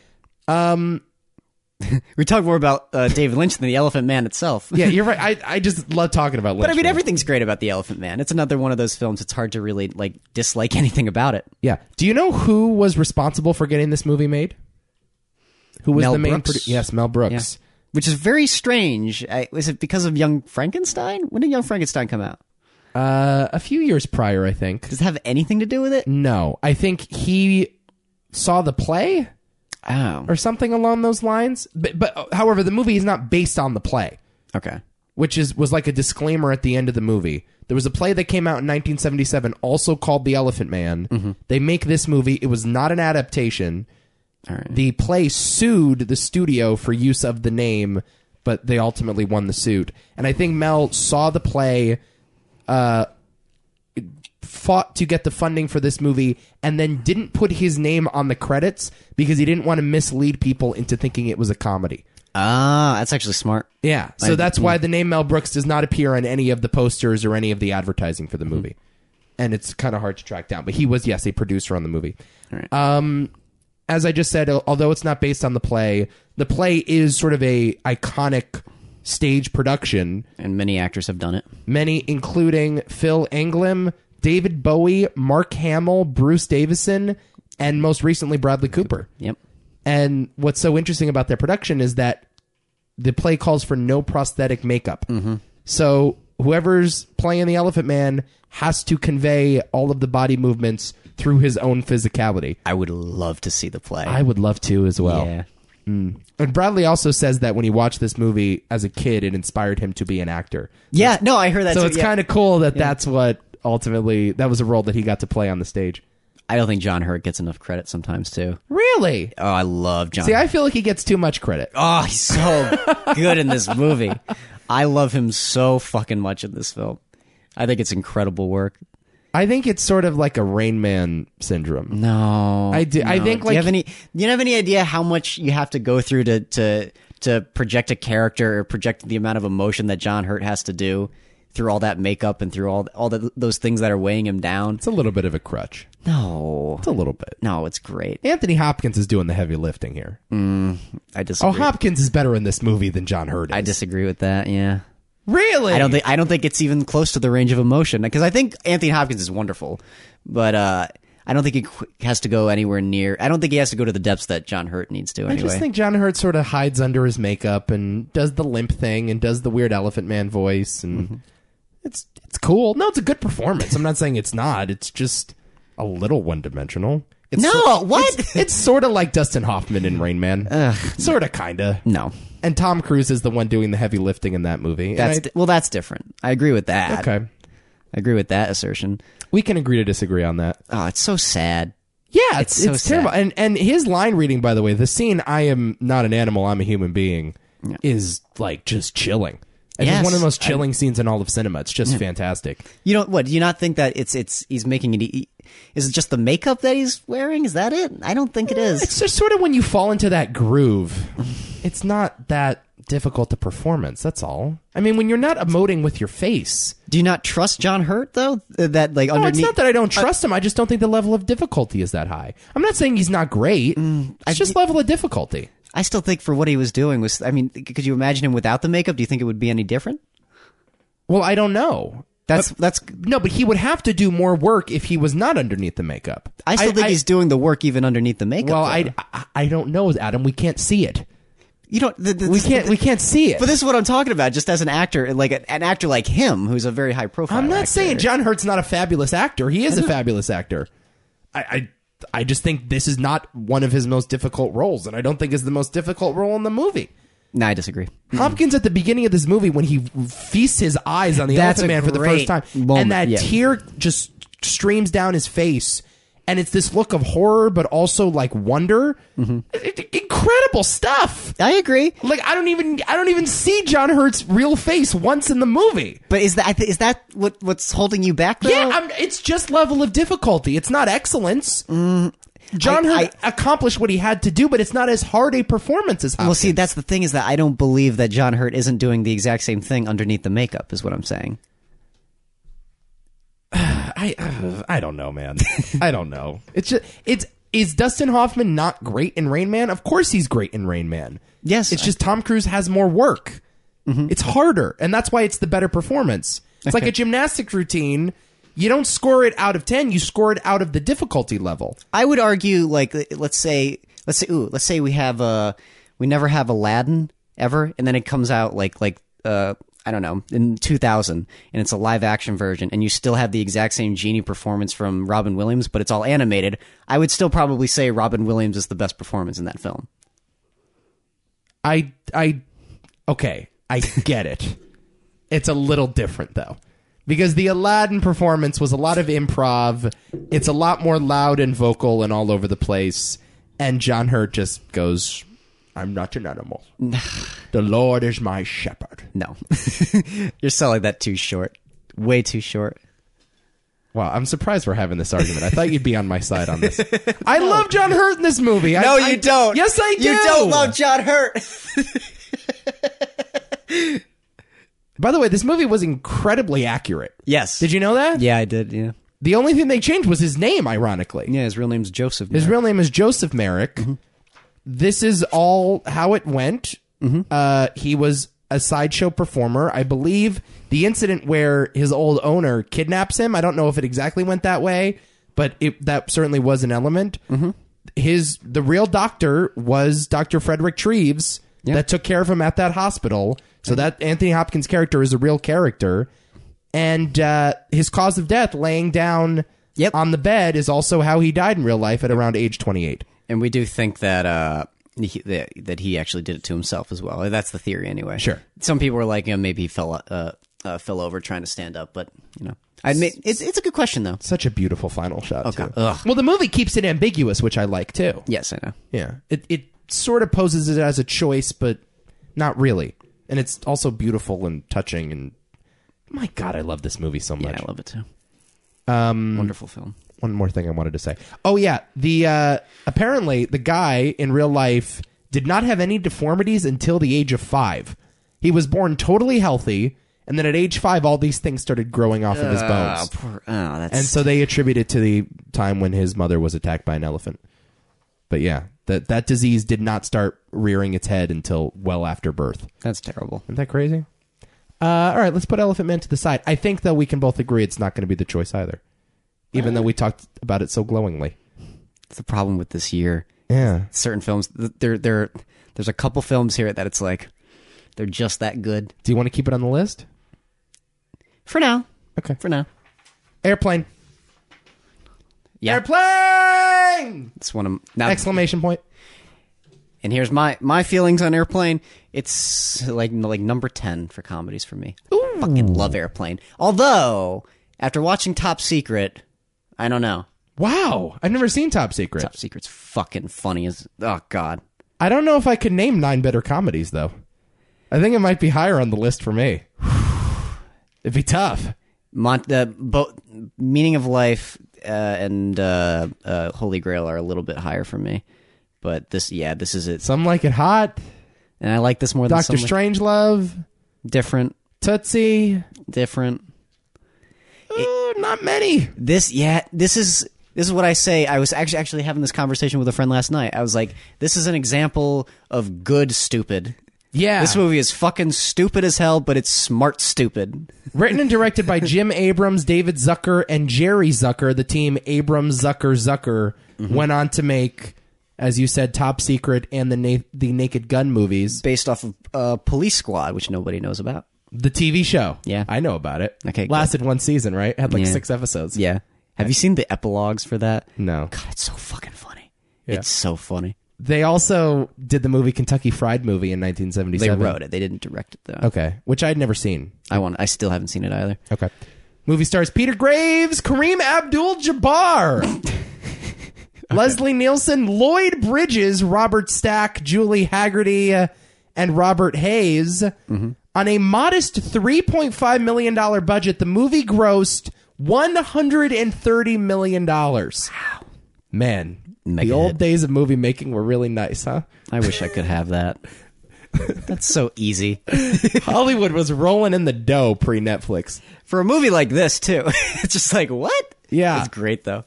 B: We talked more about uh, David Lynch than the Elephant Man itself.
A: Yeah, you're right. I, I just love talking about Lynch.
B: But I mean,
A: man.
B: everything's great about the Elephant Man. It's another one of those films. It's hard to really like dislike anything about it.
A: Yeah. Do you know who was responsible for getting this movie made? Who was
B: Mel
A: the main
B: Brooks.
A: produ- Yes, Mel Brooks.
B: Which is very strange. I, was it because of Young Frankenstein? When did Young Frankenstein come out?
A: Uh, a few years prior, I think.
B: Does it have anything to do with it?
A: No, I think he saw the play
B: Oh,
A: or something along those lines. But, but however, the movie is not based on the play,
B: okay.
A: which is was like a disclaimer at the end of the movie. There was a play that came out in 1977, also called The Elephant Man.
B: Mm-hmm.
A: They make this movie. It was not an adaptation.
B: All right.
A: The play sued the studio for use of the name, but they ultimately won the suit. And I think Mel saw the play, uh, fought to get the funding for this movie, and then didn't put his name on the credits because he didn't want to mislead people into thinking it was a comedy.
B: Ah, that's actually smart.
A: Yeah. So that's why the name Mel Brooks does not appear on any of the posters or any of the advertising for the movie. And it's kind of hard to track down. But he was, yes, a producer on the movie.
B: Alright.
A: Um, as I just said, al- although it's not based on the play, the play is sort of a iconic stage production.
B: And many actors have done it.
A: Many, including Phil Anglem, David Bowie, Mark Hamill, Bruce Davison, and most recently Bradley Cooper.
B: Yep.
A: And what's so interesting about their production is that the play calls for no prosthetic makeup.
B: Mm-hmm.
A: So whoever's playing the Elephant Man has to convey all of the body movements through his own physicality.
B: I would love to see the play.
A: I would love to as well.
B: yeah.
A: And Bradley also says that when he watched this movie as a kid, it inspired him to be an actor.
B: Yeah. No, I heard that.
A: So
B: too.
A: it's
B: Yeah.
A: kind of cool that that's what ultimately that was a role that he got to play on the stage.
B: I don't think John Hurt gets enough credit sometimes too.
A: Really?
B: Oh, I love John.
A: See, I feel like he gets too much credit.
B: oh, he's so good in this movie. I love him so fucking much in this film. I think it's incredible work.
A: I think it's sort of like a Rain Man syndrome.
B: No,
A: I do- I
B: no.
A: think,
B: do you have
A: like-
B: any? Do you have any idea how much you have to go through to to to project a character or project the amount of emotion that John Hurt has to do through all that makeup and through all all the, those things that are weighing him down?
A: It's a little bit of a crutch.
B: No,
A: It's a little bit.
B: no, it's great.
A: Anthony Hopkins is doing the heavy lifting here.
B: Mm. I
A: Oh,
B: disagree.
A: Hopkins is better in this movie than John Hurt is.
B: I disagree with that. Yeah.
A: really?
B: I don't think I don't think it's even close to the range of emotion because I think Anthony Hopkins is wonderful, but uh, I don't think he qu- has to go anywhere near. I don't think he has to go to the depths that John Hurt needs to. Anyway,
A: I just think John Hurt sort of hides under his makeup and does the limp thing and does the weird Elephant Man voice and
B: Mm-hmm.
A: it's it's cool. No, it's a good performance. I'm not saying it's not. It's just a little one dimensional. It's
B: No,
A: sor-
B: what?
A: It's, it's sort of like Dustin Hoffman in Rain Man. Sort of, kinda.
B: no,
A: And Tom Cruise is the one doing the heavy lifting in that movie. And
B: that's
A: I-
B: di- well, that's different. I agree with that.
A: okay.
B: I agree with that assertion.
A: We can agree to disagree on that.
B: Oh, it's so sad.
A: Yeah, it's
B: so
A: it's, terrible. And and his line reading, by the way, the scene "I am not an animal, I'm a human being" is like just chilling. It's just
B: Yes.
A: one of the most chilling scenes in all of cinema. It's just fantastic.
B: You don't what? Do you not think that it's it's he's making it? e- Is it just the makeup that he's wearing? Is that it? I don't think it is.
A: It's just sort of when you fall into that groove, it's not that difficult to performance. That's all. I mean, when you're not emoting with your face,
B: Do you not trust John Hurt though? Uh, That like
A: no, it's
B: underneath.
A: not that I don't trust him. I just don't think the level of difficulty is that high. I'm not saying he's not great.
B: Mm,
A: it's just level of difficulty.
B: I still think for what he was doing was. I mean, c- could you imagine him without the makeup? Do you think it would be any different?
A: Well, I don't know.
B: That's that's.
A: No, but he would have to do more work if he was not underneath the makeup.
B: I still think he's doing the work even underneath the makeup.
A: well.
B: though.
A: I, I I don't know, Adam. We can't see it.
B: you don't. The, the,
A: We can't we can't see it.
B: But this is what I'm talking about. Just as an actor, like an, an actor like him, who's a very high profile.
A: I'm not
B: actor.
A: saying John Hurt's not a fabulous actor. He is a fabulous actor. I, I I just think this is not one of his most difficult roles, and I don't think is the most difficult role in the movie.
B: No, I disagree.
A: Mm-hmm. Hopkins at the beginning of this movie when he feasts his eyes on the
B: That's
A: Elephant
B: a
A: Man for the first
B: great
A: time,
B: moment,
A: and that
B: yeah.
A: tear just streams down his face, and it's this look of horror but also like wonder.
B: Mm-hmm.
A: I- I- incredible stuff.
B: I agree.
A: Like I don't even I don't even see John Hurt's real face once in the movie.
B: But is that I thi- is that what what's holding you back? Though?
A: Yeah, I'm, it's just level of difficulty. It's not excellence. John
B: Mm, I-
A: Hurt
B: I-
A: accomplished what he had to do, but it's not as hard a performance as Hopkins.
B: Well, see, that's the thing is that I don't believe that John Hurt isn't doing the exact same thing underneath the makeup, is what I'm saying.
A: I uh, I don't know, man. I don't know. It's just it's is Dustin Hoffman not great in Rain Man? Of course he's great in Rain Man.
B: Yes,
A: It's
B: I- Mm-hmm.
A: just Tom Cruise has more work. It's harder, and that's why it's the better performance. It's like a gymnastics routine. You don't score it out of 10, you score it out of the difficulty level.
B: I would argue, like, l- let's say, let's say, ooh, let's say we have a, we never have Aladdin ever, and then it comes out like, like, uh, I don't know, in 2000, and it's a live action version, and you still have the exact same genie performance from Robin Williams, but it's all animated. I would still probably say Robin Williams is the best performance in that film.
A: I I okay, I get it. It's a little different though. Because the Aladdin performance was a lot of improv. It's a lot more loud and vocal and all over the place. And John Hurt just goes, I'm not an animal. the Lord is my shepherd.
B: No, you're selling that too short, way too short.
A: Wow, I'm surprised we're having this argument. I thought you'd be on my side on this. I love John Hurt in this movie. I-
B: No,
A: I-
B: you don't.
A: Yes, I do.
B: You don't love John Hurt.
A: By the way, this movie was incredibly accurate.
B: yes.
A: Did you know that?
B: Yeah, I did. Yeah.
A: The only thing they changed was his name, ironically.
B: Yeah, his real name's Joseph.
A: His
B: Merrick.
A: real name is Joseph Merrick. This is all how it went. Uh, he was a sideshow performer. I believe the incident where his old owner kidnaps him, I don't know if it exactly went that way, but it, that certainly was an element. His The real doctor was Dr. Frederick Treves that took care of him at that hospital. So that Anthony Hopkins character is a real character. And uh, his cause of death, laying down
B: Yep.
A: on the bed is also how he died in real life at around age 28.
B: And we do think that uh, he, that, that he actually did it to himself as well. That's the theory, anyway.
A: Sure.
B: Some people were like, you know, maybe he fell uh, uh, fell over trying to stand up, but you know, I mean, it's it's a good question though.
A: Such a beautiful final shot. Too.
B: Ugh.
A: Well, the movie keeps it ambiguous, which I like too.
B: Yes, I know.
A: Yeah. It it sort of poses it as a choice, but not really. And it's also beautiful and touching and my god, I love this movie so much.
B: Yeah, I love it too. Um, wonderful film.
A: One more thing I wanted to say. Oh yeah, the uh apparently the guy in real life did not have any deformities until the age of 5. He was born totally healthy. And then at age five, all these things started growing off of his bones.
B: Oh, poor, oh that's
A: And so they attribute it to the time when his mother was attacked by an elephant. But yeah, that that disease did not start rearing its head until well after birth.
B: that's terrible.
A: Isn't that crazy? Uh, all right, let's put Elephant Man to the side. I think though we can both agree it's not going to be the choice either, even though we talked about it so glowingly.
B: It's the problem with this year.
A: Yeah,
B: Certain films, th- there there there's a couple films here that it's like they're just that good
A: do you want to keep it on the list?
B: for now.
A: Okay,
B: For now,
A: airplane,
B: yeah,
A: airplane!
B: it's one of now.
A: Exclamation point.
B: And here's my my feelings on Airplane. It's like like number ten for comedies for me. Fucking love Airplane. Although after watching Top Secret, I don't know.
A: Wow, I've never seen Top Secret.
B: Top Secret's fucking funny as oh god.
A: I don't know if I could name nine better comedies though. I think it might be higher on the list for me. It'd be tough.
B: Mon- uh, bo- meaning of life uh, and uh, uh, Holy Grail are a little bit higher for me, but this yeah this is it.
A: Some like it hot.
B: And I like this more than
A: Doctor
B: some
A: Strangelove,
B: different
A: Tootsie.
B: different.
A: Ooh, not many.
B: this yeah this is this is what i say i was actually actually having this conversation with a friend last night i was like this is an example of good stupid
A: Yeah.
B: this movie is fucking stupid as hell but it's smart stupid
A: Written and directed by Jim Abrams, David Zucker, and Jerry Zucker. The team Abrams, Zucker, Zucker
B: Mm-hmm.
A: went on to make, as you said, Top Secret and the na- the Naked Gun movies.
B: based off of uh, police squad which nobody knows about
A: The TV show.
B: Yeah.
A: I know about it.
B: Okay, good.
A: Lasted one season, right? Had like
B: Yeah.
A: six episodes.
B: yeah have you seen the epilogues for that
A: No.
B: god it's so fucking funny
A: Yeah.
B: it's so funny
A: They also did the movie Kentucky Fried Movie in
B: they
A: 1977.
B: wrote it they didn't direct it though
A: Okay, which I'd never seen.
B: i want i still haven't seen it either
A: Okay. Movie stars Peter Graves, Kareem Abdul Jabbar, Leslie Nielsen, Lloyd Bridges, Robert Stack, Julie Haggerty, uh, and Robert Hayes.
B: Mm-hmm.
A: On a modest $3.5 million budget, the movie grossed $130 million. Man,
B: Make
A: the
B: a
A: old
B: hit.
A: days of movie making were really nice, huh?
B: I wish I could have that. That's so easy.
A: Hollywood was rolling in the dough pre Netflix.
B: For a movie like this, too, it's just like, what?
A: Yeah.
B: It's great, though.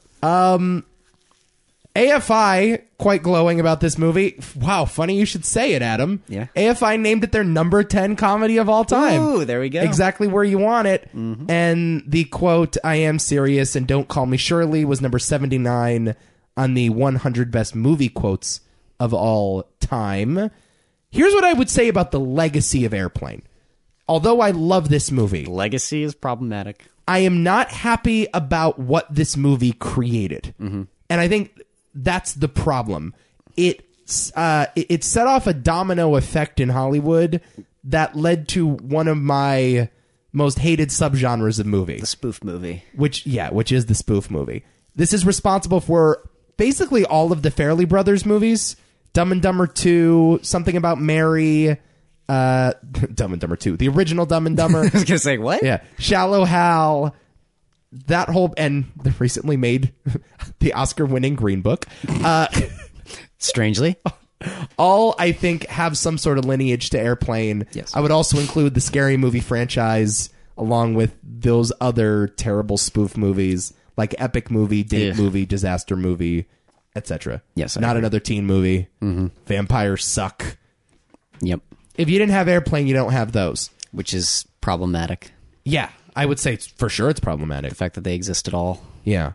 A: AFI, quite glowing about this movie. F- Wow, funny you should say it, Adam.
B: Yeah.
A: AFI named it their number 10 comedy of all time.
B: Ooh, Mm-hmm. there we go.
A: Exactly where you want it. And the quote, I am serious and don't call me Shirley, was number 79 on the 100 best movie quotes of all time. Here's what I would say about the legacy of Airplane. Although I love this movie,
B: Legacy is problematic.
A: I am not happy about what this movie created, and I think that's the problem. It uh, it it set off a domino effect in Hollywood that led to one of my most hated subgenres of movies
B: The spoof movie.
A: which yeah, which is the spoof movie. This is responsible for basically all of the Fairley Brothers movies: Dumb and Dumber Two, Something About Mary, uh, Dumb and Dumber Two, the original Dumb and Dumber,
B: I was going to say, what?
A: yeah, Shallow Hal, that whole and the recently made the Oscar-winning Green Book. Uh,
B: Strangely.
A: all I think have some sort of lineage to Airplane.
B: Yes.
A: I would also include the scary movie franchise along with those other terrible spoof movies like epic movie, date
B: Ugh.
A: movie, disaster movie, etc.
B: Yes, I
A: not
B: agree.
A: another teen movie. Vampires suck.
B: Yep.
A: If you didn't have Airplane, you don't have those.
B: Which is problematic.
A: Yeah, I would say it's, for sure it's problematic.
B: The fact that they exist at all.
A: Yeah.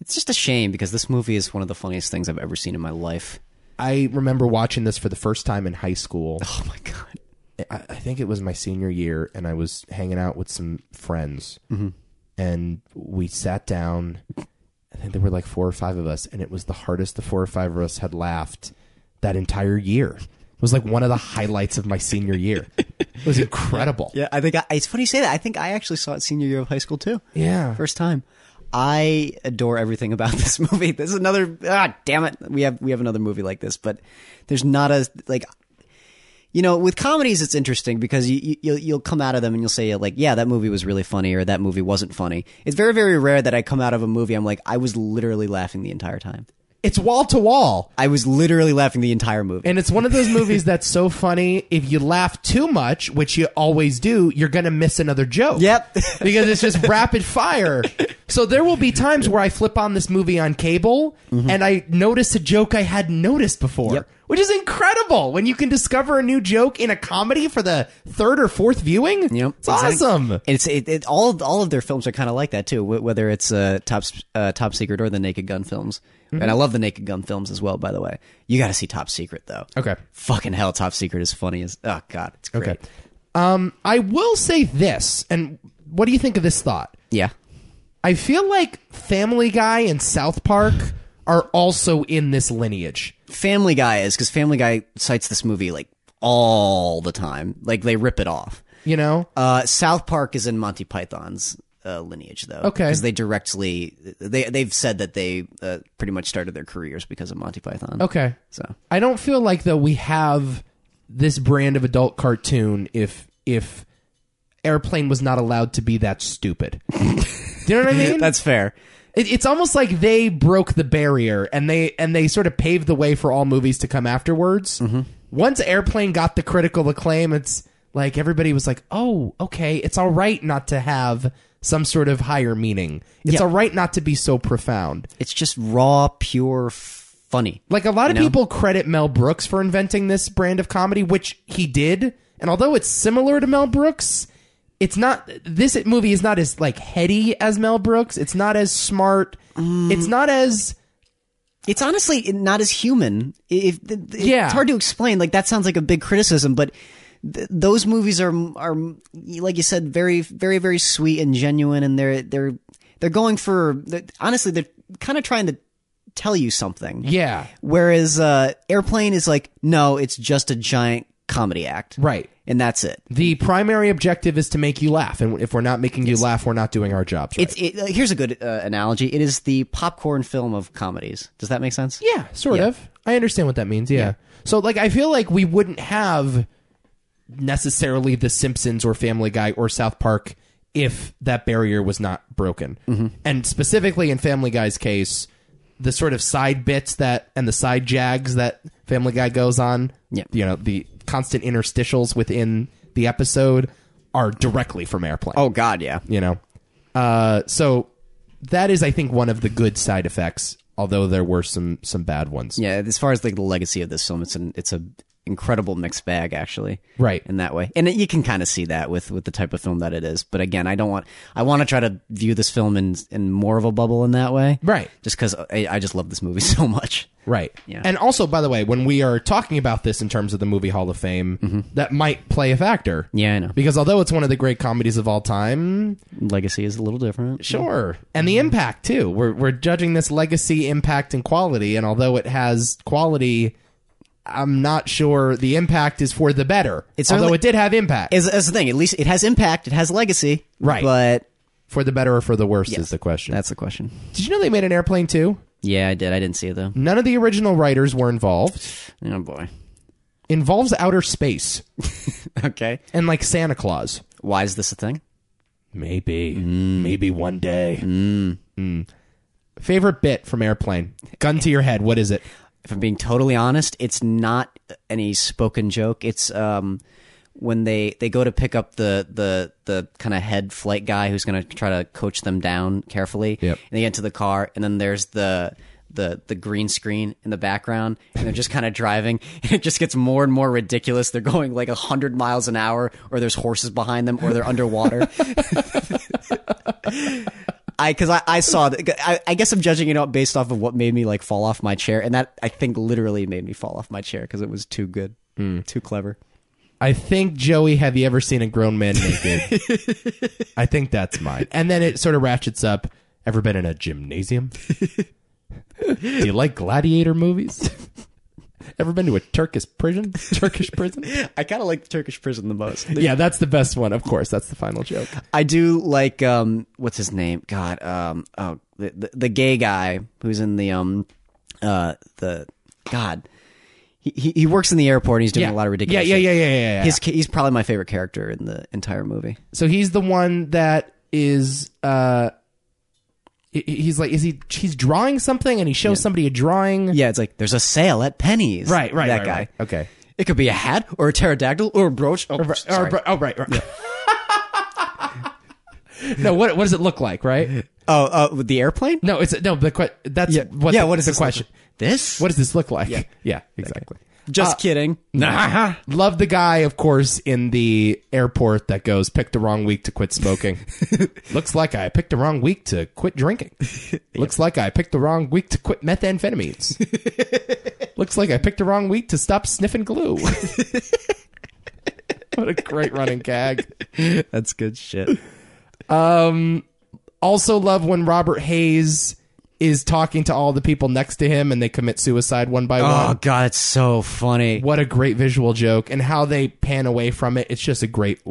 B: It's just a shame because this movie is one of the funniest things I've ever seen in my life.
A: I remember watching this for the first time in high school.
B: Oh my god.
A: I, I think it was my senior year, and I was hanging out with some friends,
B: Mm-hmm.
A: and we sat down. I think there were like four or five of us, and it was the hardest the four or five of us had laughed that entire year. It was like one of the highlights of my senior year. It was incredible.
B: Yeah, I think I, it's funny you say that. I think I actually saw it senior year of high school too.
A: Yeah.
B: First time. I adore everything about this movie. This is another ah damn it. We have we have another movie like this, but there's not a like you know, with comedies, it's interesting because you, you you'll, you'll come out of them and you'll say like, "Yeah, that movie was really funny," or "That movie wasn't funny." It's very, very rare that I come out of a movie I'm like, I was literally laughing the entire time.
A: It's wall to wall.
B: I was literally laughing the entire movie.
A: And it's one of those movies that's so funny. If you laugh too much, which you always do, you're going to miss another joke.
B: Yep.
A: because it's just rapid fire. So there will be times where I flip on this movie on cable and I notice a joke I hadn't noticed before,
B: Mm-hmm. Yep.
A: which is incredible when you can discover a new joke in a comedy for the third or fourth viewing.
B: Yep,
A: It's
B: exactly.
A: awesome.
B: It's it, it, all of- all of their films are kind of like that too, wh- whether it's uh, top S- uh, Top Secret or the Naked Gun films.
A: Mm-hmm.
B: And I love the Naked Gun films as well. By the way, you got to see Top Secret though.
A: Okay.
B: Fucking hell, Top Secret is funny as oh god, it's great.
A: Okay. Um, I will say this, and what do you think of this thought?
B: Yeah,
A: I feel like Family Guy and South Park are also in this lineage.
B: Family Guy is because Family Guy cites this movie like all the time. Like they rip it off.
A: You know,
B: Uh, South Park is in Monty Python's uh, lineage, though.
A: Okay.
B: because they directly they they've said that they uh, pretty much started their careers because of Monty Python.
A: Okay.
B: So.
A: I don't feel like though we have this brand of adult cartoon if if airplane was not allowed to be that stupid. Do you know what I mean?
B: That's fair.
A: it, it's almost like they broke the barrier and they and they sort of paved the way for all movies to come afterwards.
B: Mm-hmm.
A: Once airplane got the critical acclaim, it's like everybody was like, "Oh, okay, it's all right not to have some sort of higher meaning. It's
B: Yeah.
A: all right not to be so profound."
B: It's just raw, pure f- funny.
A: Like a lot of
B: You know?
A: people credit Mel Brooks for inventing this brand of comedy, which he did. And although it's similar to Mel Brooks, it's not this movie is not as like heady as Mel Brooks. It's not as smart.
B: Mm.
A: It's not as
B: It's honestly not as human. If, th th-
A: Yeah.
B: it's hard to explain. Like that sounds like a big criticism, but th- those movies are are like you said, very, very, very sweet and genuine, and they're they're they're going for they're, honestly, they're kind of trying to tell you something.
A: yeah,
B: Whereas uh, Airplane is like, no, it's just a giant comedy act,
A: right.
B: and that's it.
A: The primary objective is to make you laugh, and if we're not making you laugh, we're not doing our jobs. Right?
B: It's it, uh, here's a good uh, analogy. It is the popcorn film of comedies. Does that make sense?
A: Yeah, sort of. I understand what that means. Yeah. So like I feel like we wouldn't have necessarily the Simpsons or Family Guy or South Park Mm-hmm. if that barrier was not broken. And specifically in Family Guy's case, the sort of side bits that and the side jags that Family Guy goes on.
B: Yeah.
A: You know, the constant interstitials within the episode are directly from Airplane.
B: Oh God, yeah.
A: You know. Uh, so that is, I think, one of the good side effects. Although there were some some bad ones.
B: Yeah, as far as like the legacy of this film, it's an it's a incredible mixed bag actually.
A: Right.
B: In that way. And it, you can kind of see that with with the type of film that it is. But again, I don't want I want to try to view this film in in more of a bubble in that way.
A: Right.
B: Just cuz I, I just love this movie so much.
A: Right.
B: Yeah.
A: And also, by the way, when we are talking about this in terms of the movie Hall of Fame, that might play a factor.
B: Mm-hmm. Yeah, I know.
A: Because although it's one of the great comedies of all time,
B: Legacy is a little different.
A: sure. And
B: Mm-hmm.
A: the impact, too. We're, we're judging this legacy, impact, and quality. And although it has quality, I'm not sure the impact is for the better.
B: It's
A: although
B: certainly-
A: it did have impact.
B: Is that's the thing. At least it has impact, it has legacy.
A: Right.
B: But
A: for the better or for the worse is the question.
B: that's the question.
A: did you know they made an airplane, too?
B: Yeah, I did. I didn't see it though.
A: None of the original writers were involved.
B: Oh boy.
A: Involves outer space
B: Okay.
A: and like Santa Claus.
B: Why is this a thing?
A: Maybe. Maybe one day. Mm. Favorite bit from Airplane? Gun to your head. What is it?
B: if I'm being totally honest, it's not any spoken joke. It's um when they they go to pick up the the the kind of head flight guy who's going to try to coach them down carefully.
A: Yep.
B: And they get into the car, and then there's the the the green screen in the background, and they're just kind of driving, and it just gets more and more ridiculous. They're going like hundred miles an hour, or there's horses behind them, or they're underwater. I because I, I saw that I, I guess I'm judging it out based off of what made me like fall off my chair, and that I think literally made me fall off my chair because it was too good,
A: Hmm.
B: too clever.
A: I think Joey. Have you ever seen a grown man naked? I think that's mine. And then it sort of ratchets up. Ever been in a gymnasium? Do you like gladiator movies? Ever been to a Turkish prison? Turkish prison?
B: I kind of like the Turkish prison the most.
A: Yeah, that's the best one. Of course, that's the final joke.
B: I do like um, what's his name? God, um, oh, the, the the gay guy who's in the um, uh, the God. He, he he works in the airport. and He's doing
A: Yeah.
B: a lot of ridiculous.
A: Yeah, yeah,
B: shit.
A: yeah, yeah, yeah, yeah, yeah.
B: His ca- he's probably my favorite character in the entire movie.
A: So he's the one that is uh he- he's like is he he's drawing something and he shows somebody a drawing.
B: Yeah, it's like there's a sale at Penny's.
A: Right, right,
B: that
A: right,
B: guy.
A: right. Okay.
B: It could be a hat or a pterodactyl or a brooch. Oh,
A: Or,
B: sorry.
A: br- oh right, right. no, what what does it look like, right?
B: oh, uh, with the airplane?
A: No, it's no, the que- that's what
B: yeah,
A: the,
B: what is
A: the
B: this
A: question?
B: This? Uh,
A: What does this look like? Yeah, exactly.
B: Just kidding.
A: Nah. Love the guy, of course, in the airport that goes, picked the wrong week to quit smoking. Looks like I picked the wrong week to quit drinking. Looks like I picked the wrong week to quit methamphetamines. Looks like I picked the wrong week to stop sniffing glue. what a great running gag. Um,
B: That's good shit.
A: Also, love when Robert Hayes is talking to all the people next to him and they commit suicide one by
B: Oh
A: one.
B: god, it's so funny.
A: What a great visual joke and how they pan away from it. It's just a great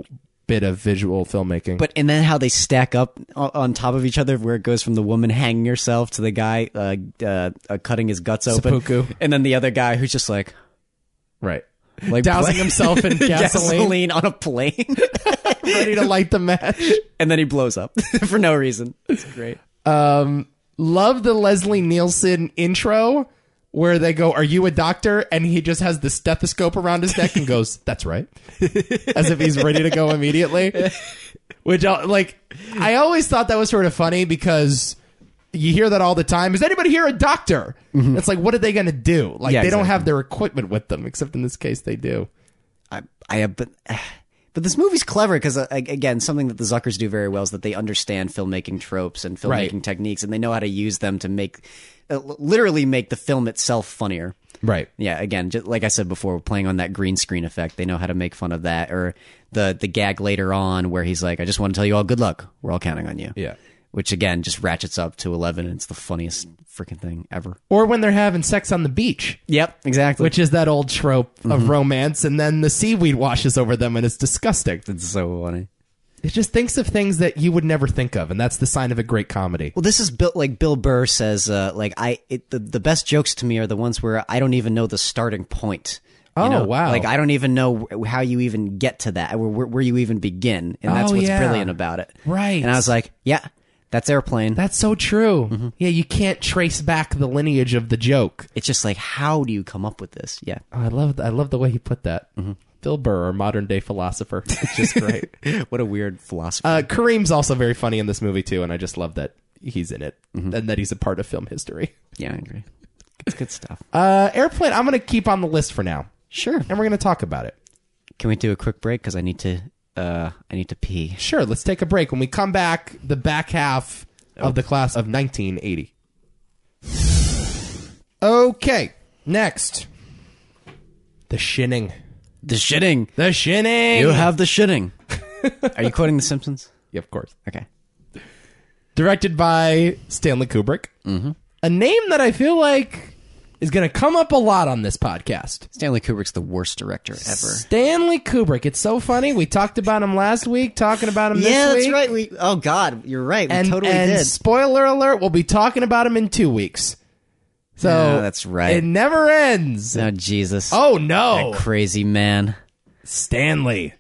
A: bit of visual filmmaking.
B: But and then how they stack up o- on top of each other, where it goes from the woman hanging herself to the guy uh, uh, uh, cutting his guts open,
A: Seppuku.
B: and then the other guy who's just like
A: Right.
B: like
A: Dousing
B: bla-
A: himself in gasoline,
B: gasoline on a plane,
A: ready to light the match.
B: and then he blows up for no reason. It's great.
A: Um, love the Leslie Nielsen intro where they go, Are you a doctor? And he just has the stethoscope around his neck and goes, That's right. As if he's ready to go immediately. Which, I- like, I always thought that was sort of funny because you hear that all the time. Is anybody here a doctor? It's like, what are they going to do? Like,
B: Mm-hmm. Yeah,
A: they don't
B: exactly.
A: have their equipment with them, except in this case, they do.
B: I, I have, but, but this movie's clever because again, something that the Zuckers do very well is that they understand filmmaking tropes and filmmaking
A: Right.
B: techniques, and they know how to use them to make, uh, l- literally make the film itself funnier.
A: Right.
B: Yeah, again, just, like I said before, playing on that green screen effect, they know how to make fun of that, or the the gag later on where he's like, "I just want to tell you all good luck. We're all counting on you."
A: Yeah.
B: which again just ratchets up to eleven, and it's the funniest freaking thing ever.
A: Or when they're having sex on the beach.
B: Yep, exactly.
A: which is that old trope of
B: Mm-hmm.
A: romance, and then the seaweed washes over them and it's disgusting.
B: it's so funny.
A: It just thinks of things that you would never think of, and that's the sign of a great comedy.
B: Well, this is built like Bill Burr says. Uh, like I, it, the the best jokes to me are the ones where I don't even know the starting point. You
A: Oh,
B: know?
A: wow.
B: Like I don't even know wh- how you even get to that, where, where, where you even begin, and that's
A: Oh,
B: what's
A: yeah.
B: brilliant about it.
A: Right.
B: And I was like, yeah, That's airplane.
A: That's so true. Yeah, you can't trace back the lineage of the joke.
B: it's just like, how do you come up with this? Yeah.
A: Oh, I love I love the way he put that. Bill Burr, our modern day philosopher, it's just great.
B: what a weird philosophy.
A: uh, Kareem's also very funny in this movie too, and I just love that he's in it and that he's a part of film history.
B: yeah, I agree. It's good stuff.
A: Uh, Airplane, I'm going to keep on the list for now,
B: Sure.
A: and we're going to talk about it.
B: Can we do a quick break? Because I need to. Uh, I need to pee.
A: Sure, let's take a break. When we come back, the back half
B: Oh.
A: of the class of 1980. Okay, next, the shinning.
B: The shitting.
A: The shinning.
B: You have the shitting. Are you quoting The Simpsons?
A: yeah, of course.
B: Okay.
A: directed by Stanley Kubrick. Mm-hmm. A name that I feel like is going to come up a lot on this podcast.
B: Stanley Kubrick's the worst director ever.
A: Stanley Kubrick. It's so funny. We talked about him last week, talking about him
B: Yeah,
A: this week.
B: that's right. We oh god, you're right. We
A: And,
B: totally
A: and
B: did.
A: spoiler alert, we'll be talking about him in two weeks. So
B: Yeah, that's right.
A: It never ends.
B: Oh Jesus,
A: Oh no,
B: crazy man.
A: Stanley.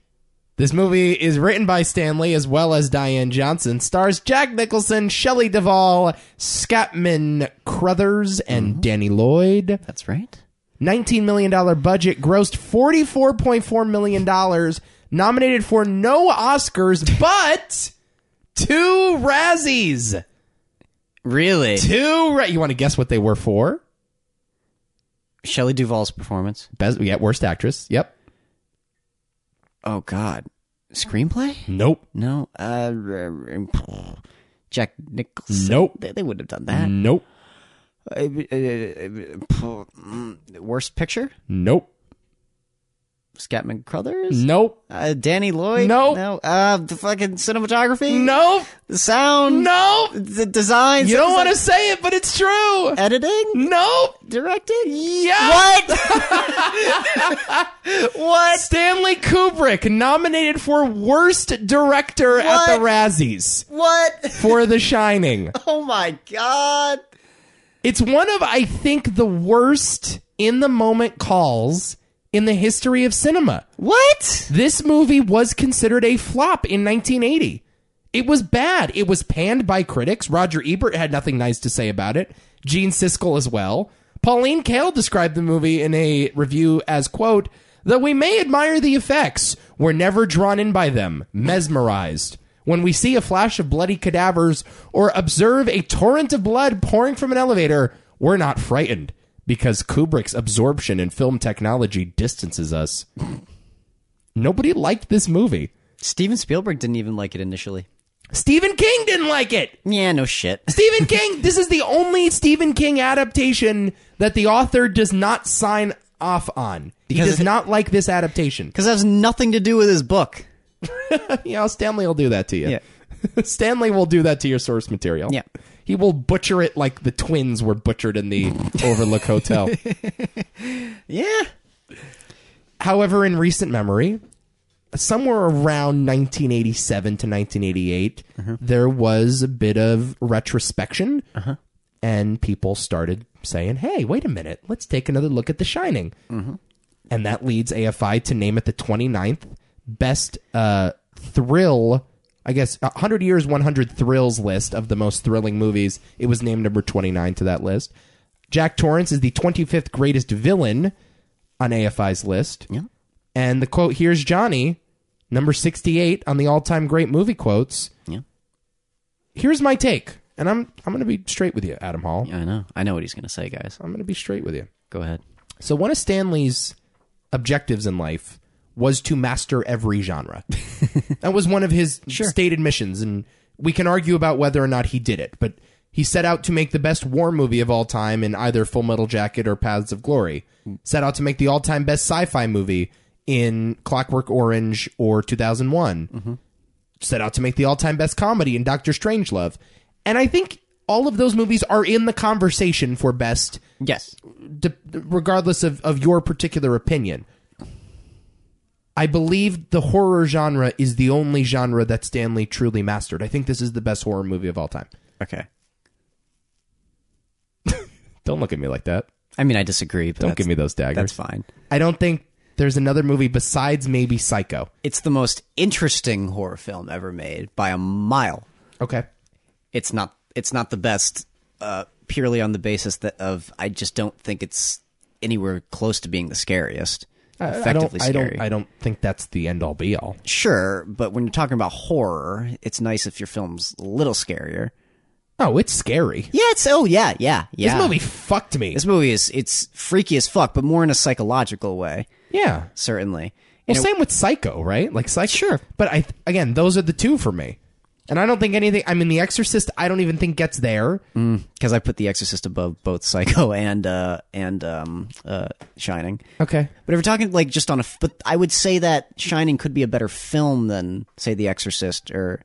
A: This movie is written by Stanley as well as Diane Johnson, stars Jack Nicholson, Shelley Duvall, Scatman Crothers, and Danny Lloyd.
B: That's right.
A: $19 million budget, grossed $44.4 million, nominated for no Oscars, but two Razzies.
B: Really,
A: Two Ra- You want to guess what they were for?
B: Shelley Duvall's performance.
A: Best, yeah, worst actress. Yep.
B: Oh god, screenplay?
A: Nope.
B: No. Uh, r- r- Jack Nicholson.
A: Nope.
B: They, they wouldn't have done that.
A: Nope.
B: Uh, uh, mm, worst picture?
A: Nope.
B: Scatman Crothers.
A: Nope.
B: Uh, Danny Lloyd.
A: No.
B: No. Uh, the fucking cinematography.
A: Nope.
B: The sound.
A: Nope.
B: The design.
A: You don't want to say it, but it's true.
B: editing.
A: Nope.
B: Directing.
A: Yeah.
B: What? what?
A: Stanley Kubrick nominated for worst director at the
B: What?
A: Razzies
B: What?
A: for The Shining.
B: Oh my god.
A: It's one of I think the worst in the moment calls in the history of cinema.
B: What?
A: This movie was considered a flop in 1980. It was bad. It was panned by critics. Roger Ebert had nothing nice to say about it. Gene Siskel as well. Pauline Kael described the movie in a review as quote, "Though we may admire the effects, we're never drawn in by them, mesmerized. When we see a flash of bloody cadavers or observe a torrent of blood pouring from an elevator, we're not frightened because Kubrick's absorption in film technology distances us." Nobody liked this movie.
B: Steven Spielberg didn't even like it initially.
A: Stephen King didn't like it.
B: Yeah, no shit.
A: Stephen King, this is the only Stephen King adaptation that the author does not sign off on.
B: Because
A: he does
B: if it-
A: not like this adaptation.
B: Because that has nothing to do with his book.
A: you know, Stanley will do that to you. Stanley will do that to your source material.
B: Yeah.
A: He will butcher it like the twins were butchered in the Overlook Hotel.
B: Yeah.
A: However, in recent memory, somewhere around 1987 to 1988, there was a bit of retrospection, and people started saying, "Hey, wait a minute, let's take another look at The Shining," and that leads AFI to name it the 29th best uh, thrill. I guess 100 years, 100 thrills list of the most thrilling movies. It was named number 29 to that list. Jack Torrance is the 25th greatest villain on AFI's list. And the quote, Here's Johnny, number 68 on the all time great movie quotes.
B: Yeah.
A: Here's my take. And I'm, I'm going to be straight with you, Adam Hall.
B: I know. I know what he's going to say, guys.
A: I'm going to be straight with you.
B: Go ahead.
A: So, one of Stanley's objectives in life was to master every genre. that was one of his stated missions. And we can argue about whether or not he did it, but he set out to make the best war movie of all time in either Full Metal Jacket or Paths of Glory, set out to make the all time best sci fi movie in Clockwork Orange or 2001 set out to make the all-time best comedy in Doctor Strangelove. And I think all of those movies are in the conversation for best,
B: Yes.
A: de- regardless of, of your particular opinion. I believe the horror genre is the only genre that Stanley truly mastered. I think this is the best horror movie of all time.
B: Okay.
A: Don't look at me like that.
B: I mean, I disagree, but
A: Don't
B: that's,
A: give me those daggers.
B: that's fine.
A: I don't think there's another movie besides maybe Psycho.
B: It's the most interesting horror film ever made by a mile.
A: Okay.
B: it's not it's not the best uh, purely on the basis that of I just don't think it's anywhere close to being the scariest.
A: I, I
B: effectively
A: don't, I
B: scary.
A: don't. I don't think that's the end all be all.
B: Sure, but when you're talking about horror, it's nice if your film's a little scarier.
A: Oh, it's scary.
B: Yeah, it's oh yeah, yeah, yeah.
A: This movie fucked me.
B: This movie is it's freaky as fuck, but more in a psychological way,
A: yeah.
B: certainly.
A: Well, same with Psycho, right? Like Psycho. Sure. But I again, those are the two for me. And I don't think anything. I mean, The Exorcist. I don't even think gets there.
B: Because Mm, I put The Exorcist above both Psycho and uh and um uh Shining.
A: Okay.
B: But if we're talking like just on a, f- but I would say that Shining could be a better film than say The Exorcist or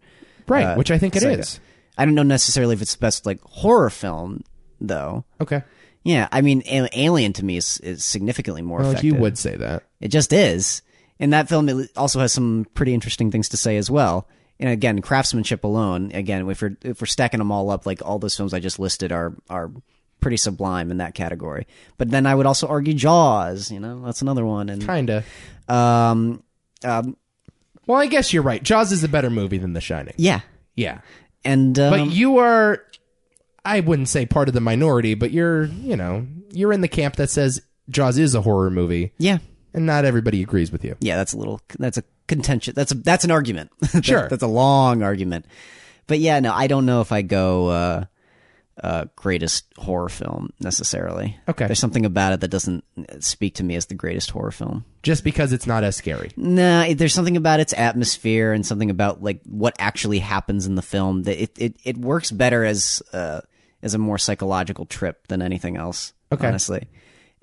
A: Right,
B: uh,
A: which I think it is.
B: Psycho. I don't know necessarily if it's the best like horror film though.
A: Okay.
B: Yeah, I mean, A- Alien to me is, is significantly more
A: Well,
B: effective.
A: you would say that.
B: It just is. And that film it also has some pretty interesting things to say as well. And again, craftsmanship alone. Again, if we're if we're stacking them all up, like all those films I just listed are are pretty sublime in that category. But then I would also argue Jaws. You know, that's another one. And
A: Kinda.
B: um,
A: Well, I guess you're right. Jaws is a better movie than The Shining.
B: yeah,
A: Yeah.
B: and um,
A: But you are, I wouldn't say part of the minority, but you're, you know, you're in the camp that says Jaws is a horror movie,
B: yeah,
A: and not everybody agrees with you.
B: yeah, that's a little that's a contention. That's a that's an argument. That-
A: Sure.
B: that's a long argument. But yeah, no, I don't know if I go uh, uh, greatest horror film necessarily.
A: Okay.
B: there's something about it that doesn't speak to me as the greatest horror film.
A: Just because it's not as scary.
B: Nah, it- there's something about its atmosphere and something about like what actually happens in the film that it it, it works better as uh, as a more psychological trip than anything else.
A: Okay.
B: honestly,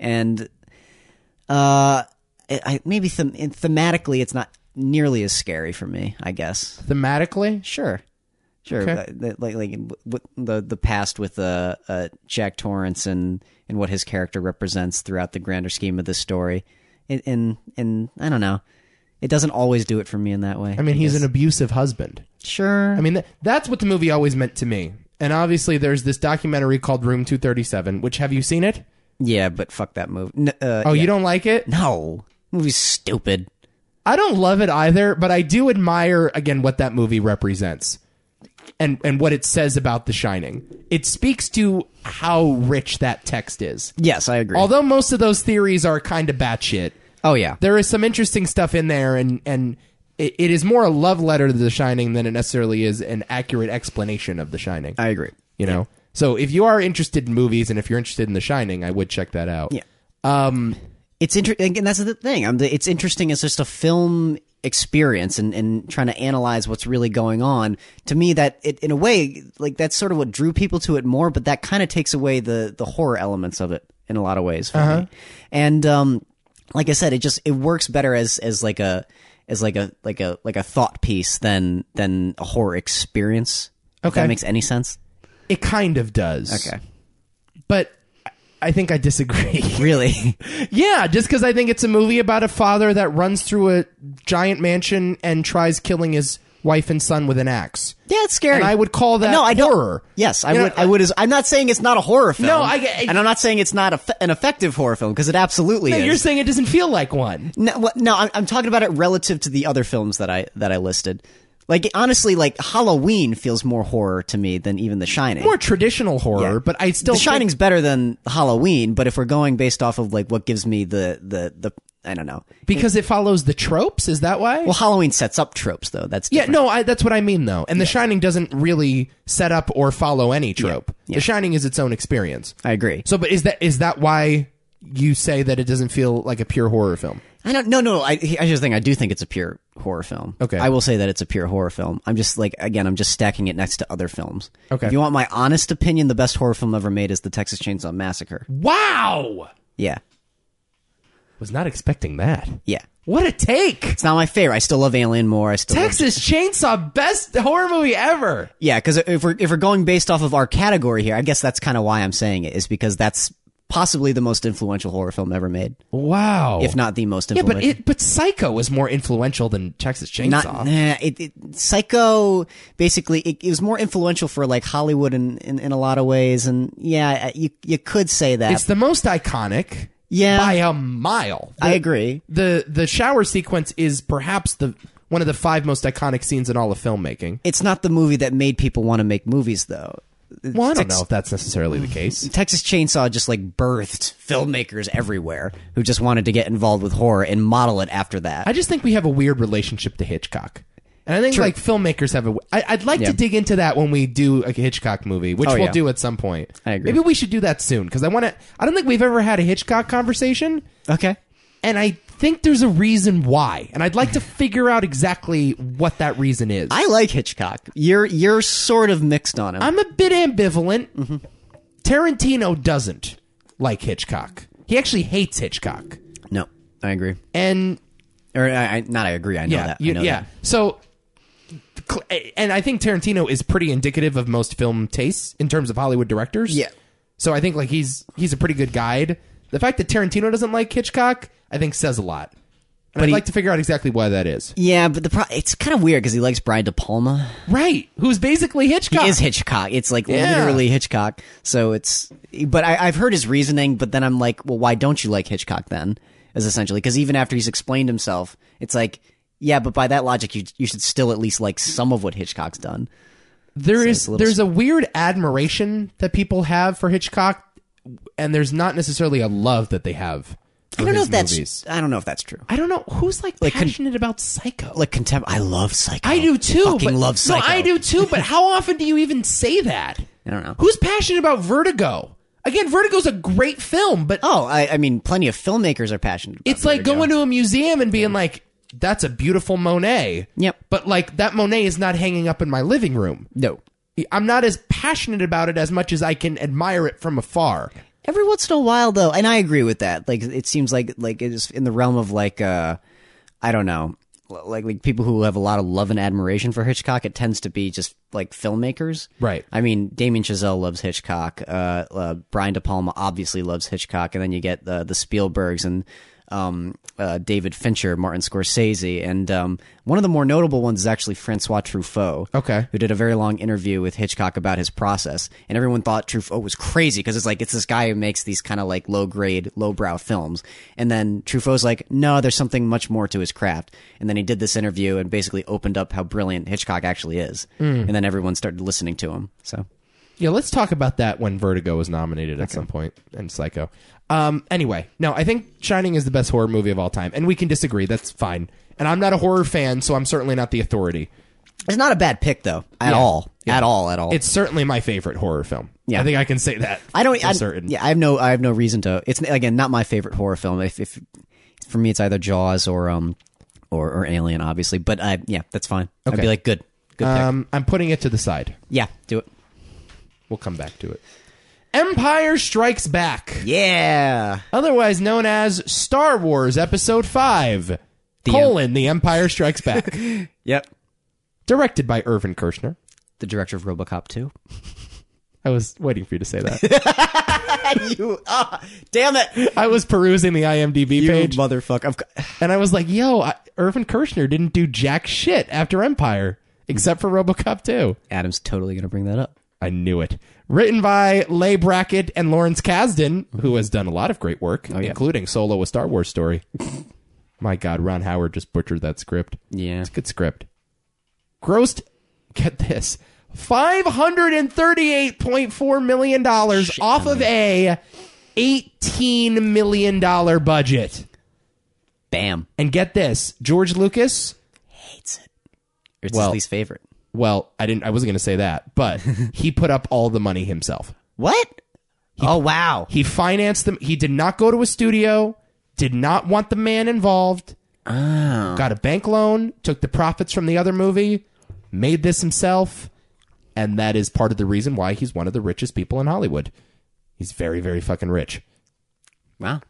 B: and uh, I, I maybe them and thematically it's not nearly as scary for me. I guess.
A: Thematically,
B: Sure. Sure.
A: Okay.
B: But the- like like in w- w- the the past with uh, uh Jack Torrance and and what his character represents throughout the grander scheme of this story. And and, and I don't know. It doesn't always do it for me in that way.
A: I mean, he's an abusive husband.
B: sure.
A: I mean, th- that's what the movie always meant to me. And obviously, there's this documentary called Room 237, which have you seen it?
B: yeah, but fuck that movie. N- uh,
A: Oh, you don't like it?
B: no. Movie's stupid.
A: I don't love it either, but I do admire again what that movie represents and and what it says about The Shining. It speaks to how rich that text is.
B: Yes, I agree.
A: Although most of those theories are kind of batshit,
B: oh yeah.
A: there is some interesting stuff in there, and and it, it is more a love letter to The Shining than it necessarily is an accurate explanation of The Shining.
B: I agree.
A: you know, so if you are interested in movies and if you're interested in The Shining, I would check that out.
B: Yeah. it's interesting, and that's the thing. I'm the, it's interesting. It's just a film experience, and, and trying to analyze what's really going on. To me, that it, in a way, like that's sort of what drew people to it more. But that kind of takes away the the horror elements of it in a lot of ways for
A: Uh-huh.
B: me. And um, like I said, it just it works better as as like a as like a like a like a thought piece than than a horror experience. If
A: Okay.
B: that makes any sense.
A: It kind of does.
B: Okay,
A: but I- I think I disagree.
B: really.
A: Yeah, just because I think it's a movie about a father that runs through a giant mansion and tries killing his wife and son with an axe.
B: Yeah, it's scary.
A: And I would call that
B: no, I don't-
A: horror.
B: Yes, I
A: You know,
B: would. I would. As, I'm not saying it's not a horror film.
A: No, I get- I-
B: and I'm not saying it's not a, an effective horror film because it absolutely
A: No,
B: is.
A: you're saying it doesn't feel like one.
B: no, what- no, I'm, I'm talking about it relative to the other films that I that I listed. Like honestly, like Halloween feels more horror to me than even The Shining.
A: More traditional horror,
B: Yeah.
A: but I still
B: the
A: think-
B: Shining's better than Halloween, but if we're going based off of like what gives me the the the I don't know.
A: because it follows the tropes. Is that why?
B: Well, Halloween sets up tropes though. That's
A: yeah,
B: different.
A: no, I, that's what I mean though. And The Shining doesn't really set up or follow any trope. The Shining is its own experience.
B: I agree.
A: So, but is that is that why you say that it doesn't feel like a pure horror film?
B: I don't. No, no. I, I just think I do think it's a pure horror film.
A: Okay.
B: I will say that it's a pure horror film. I'm just like again, I'm just stacking it next to other films.
A: Okay.
B: If you want my honest opinion, the best horror film ever made is the Texas Chainsaw Massacre.
A: Wow,
B: Yeah.
A: was not expecting that.
B: Yeah.
A: What a take!
B: It's not my favorite. I still love Alien more. I still. love-
A: Texas Chainsaw, best horror movie ever.
B: yeah, because if we're if we're going based off of our category here, I guess that's kind of why I'm saying it is because that's possibly the most influential horror film ever made,
A: Wow.
B: if not the most
A: yeah,
B: influential.
A: but it, but Psycho is more influential than Texas
B: not
A: Chainsaw.
B: nah, it, it, psycho basically it, it was more influential for like hollywood in, in, in a lot of ways and yeah I- you you could say that
A: it's the most iconic.
B: Yeah.
A: By a mile.
B: i agree
A: the the shower sequence is perhaps the one of the five most iconic scenes in all of filmmaking.
B: It's not the movie that made people want to make movies, though.
A: Well, I don't
B: Tex-
A: know if that's necessarily the case.
B: Texas Chainsaw just like birthed filmmakers everywhere who just wanted to get involved with horror and model it after that.
A: I just think we have a weird relationship to Hitchcock. And I think like filmmakers have a. I, I'd like
B: Yeah.
A: to dig into that when we do a Hitchcock movie, which
B: Oh,
A: we'll
B: yeah.
A: do at some point.
B: I agree.
A: Maybe we should do that soon because I want to. I don't think we've ever had a Hitchcock conversation,
B: okay.
A: and I think there's a reason why, and I'd like to figure out exactly what that reason is.
B: I like Hitchcock. You're you're sort of mixed on him.
A: I'm a bit ambivalent.
B: Mm-hmm.
A: Tarantino doesn't like Hitchcock. He actually hates Hitchcock,
B: no, I agree.
A: and
B: Or I, I not I agree. I know
A: yeah,
B: that. I
A: you-
B: know
A: yeah.
B: that.
A: So, cl- and I think Tarantino is pretty indicative of most film tastes in terms of Hollywood directors.
B: Yeah.
A: So I think like he's he's a pretty good guide. The fact that Tarantino doesn't like Hitchcock, I think, says a lot. And I'd
B: he-
A: like to figure out exactly why that is.
B: Yeah, but the pro- it's kind of weird because he likes Brian De Palma.
A: Right. Who's basically
B: He
A: Hitchcock?
B: is Hitchcock. It's like
A: Yeah.
B: literally Hitchcock. So it's, but I, I've heard his reasoning. But then I'm like, well, why don't you like Hitchcock then? Is essentially because even after he's explained himself, it's like, yeah, but by that logic, you you should still at least like some of what Hitchcock's done.
A: There is
B: it's a little-
A: there's a weird admiration that people have for Hitchcock, and there's not necessarily a love that they have. For
B: I don't know
A: his
B: if that's
A: movies.
B: I don't know if that's true.
A: I don't know who's like,
B: con-
A: passionate about Psycho.
B: Like contempt, I love Psycho.
A: I do too.
B: Oh, Fucking
A: but,
B: love Psycho.
A: No, I do too. But how often do you even say that?
B: I don't know.
A: Who's passionate about Vertigo? Again, Vertigo's a great film, but
B: Oh, I, I mean, plenty of filmmakers are passionate. About
A: it's like
B: Vertigo.
A: going to a museum and being like, "That's a beautiful Monet."
B: Yep.
A: But like that Monet is not hanging up in my living room.
B: No.
A: I'm not as passionate about it as much as I can admire it from afar.
B: Every once in a while, though, and I agree with that. Like, it seems like like it's in the realm of like, uh I don't know, l- like like people who have a lot of love and admiration for Hitchcock. It tends to be just like filmmakers,
A: Right.
B: I mean, Damien Chazelle loves Hitchcock. Uh, uh, Brian De Palma obviously loves Hitchcock, and then you get the the Spielbergs and um, uh, David Fincher, Martin Scorsese, and um, one of the more notable ones is actually Francois Truffaut.
A: Okay.
B: who did a very long interview with Hitchcock about his process, and everyone thought Truffaut was crazy because it's like it's this guy who makes these kind of like low grade, low brow films, and then Truffaut's like, no, there's something much more to his craft, and then he did this interview and basically opened up how brilliant Hitchcock actually is, and then everyone started listening to him. So
A: Yeah, let's talk about that when Vertigo was nominated at some point and Psycho. Um, anyway, no, I think Shining is the best horror movie of all time, and we can disagree. That's fine. And I'm not a horror fan, so I'm certainly not the authority.
B: it's not a bad pick though, at all, at all, at all.
A: It's certainly my favorite horror film.
B: Yeah.
A: I think I can say that.
B: I don't.
A: for
B: I,
A: certain.
B: Yeah, I have no. I have no reason to. It's again not my favorite horror film. If, if for me, it's either Jaws or um or, or Alien, obviously. But I yeah, that's fine. I'd
A: Okay.
B: be like, good, good pick.
A: Um, I'm putting it to the side.
B: yeah, do it.
A: We'll come back to it. Empire Strikes Back,
B: Yeah,
A: otherwise known as Star Wars Episode Five: colon The Empire Strikes Back,
B: yep.
A: directed by Irvin Kershner.
B: The director of RoboCop two.
A: I was waiting for you to say that.
B: you ah, damn it,
A: I was perusing the IMDb
B: you
A: page,
B: motherfucker. Of co-
A: and I was like, "Yo, I, Irvin Kershner didn't do jack shit after Empire, except for RoboCop 2."
B: Adam's totally gonna bring that up.
A: I knew it. Written by Leigh Brackett and Lawrence Kasdan, who has done a lot of great work, including Solo: A Star Wars Story. My God, Ron Howard just butchered that script.
B: Yeah,
A: It's a good script. Grossed, get this, five hundred and thirty-eight point four million dollars off of a eighteen million dollar budget.
B: bam.
A: And get this, George Lucas.
B: Hates it. It's
A: Well-
B: his least favorite.
A: Well, I didn't. I wasn't going to say that, but he put up all the money himself.
B: What? oh wow.
A: He financed them. He did not go to a studio, did not want the man involved. Got a bank loan, took the profits from the other movie, made this himself, and that is part of the reason why he's one of the richest people in Hollywood. He's very, very fucking rich.
B: Wow.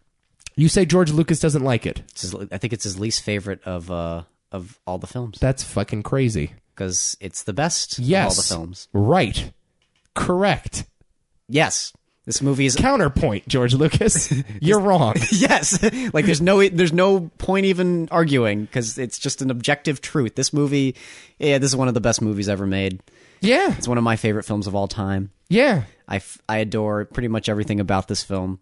A: You say George Lucas doesn't like it.
B: It's his, I think it's his least favorite of uh of all the films.
A: That's fucking crazy.
B: because it's the best
A: Yes.
B: of all the films.
A: Right. Correct.
B: Yes, this movie is
A: Counterpoint, George Lucas. You're wrong.
B: yes. like there's no there's no point even arguing because it's just an objective truth. This movie, yeah, this is one of the best movies ever made.
A: Yeah.
B: It's one of my favorite films of all time.
A: Yeah.
B: I, f- I adore pretty much everything about this film,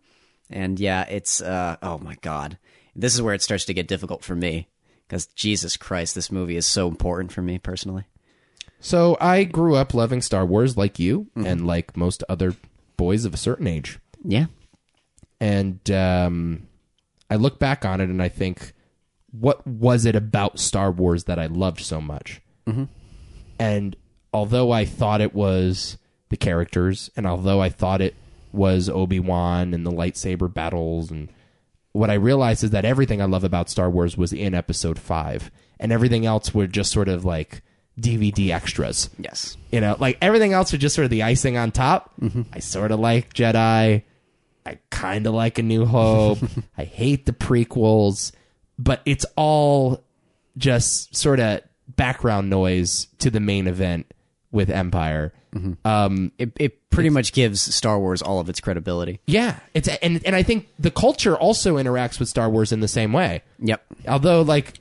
B: and yeah, it's uh oh my god, this is where it starts to get difficult for me Because Jesus Christ, this movie is so important for me personally.
A: So I grew up loving Star Wars like you and like most other boys of a certain age.
B: Yeah.
A: And um, I look back on it and I think, what was it about Star Wars that I loved so much? And although I thought it was the characters, and although I thought it was Obi Wan and the lightsaber battles, and what I realized is that everything I love about Star Wars was in Episode Five, and everything else were just sort of like DVD extras.
B: Yes.
A: You know, like everything else was just sort of the icing on top. I sort of like Jedi. I kind of like A New Hope. I hate the prequels, but it's all just sort of background noise to the main event with Empire. Um,
B: It, it pretty much gives Star Wars all of its credibility.
A: yeah, it's and and I think the culture also interacts with Star Wars in the same way.
B: Yep.
A: Although, like,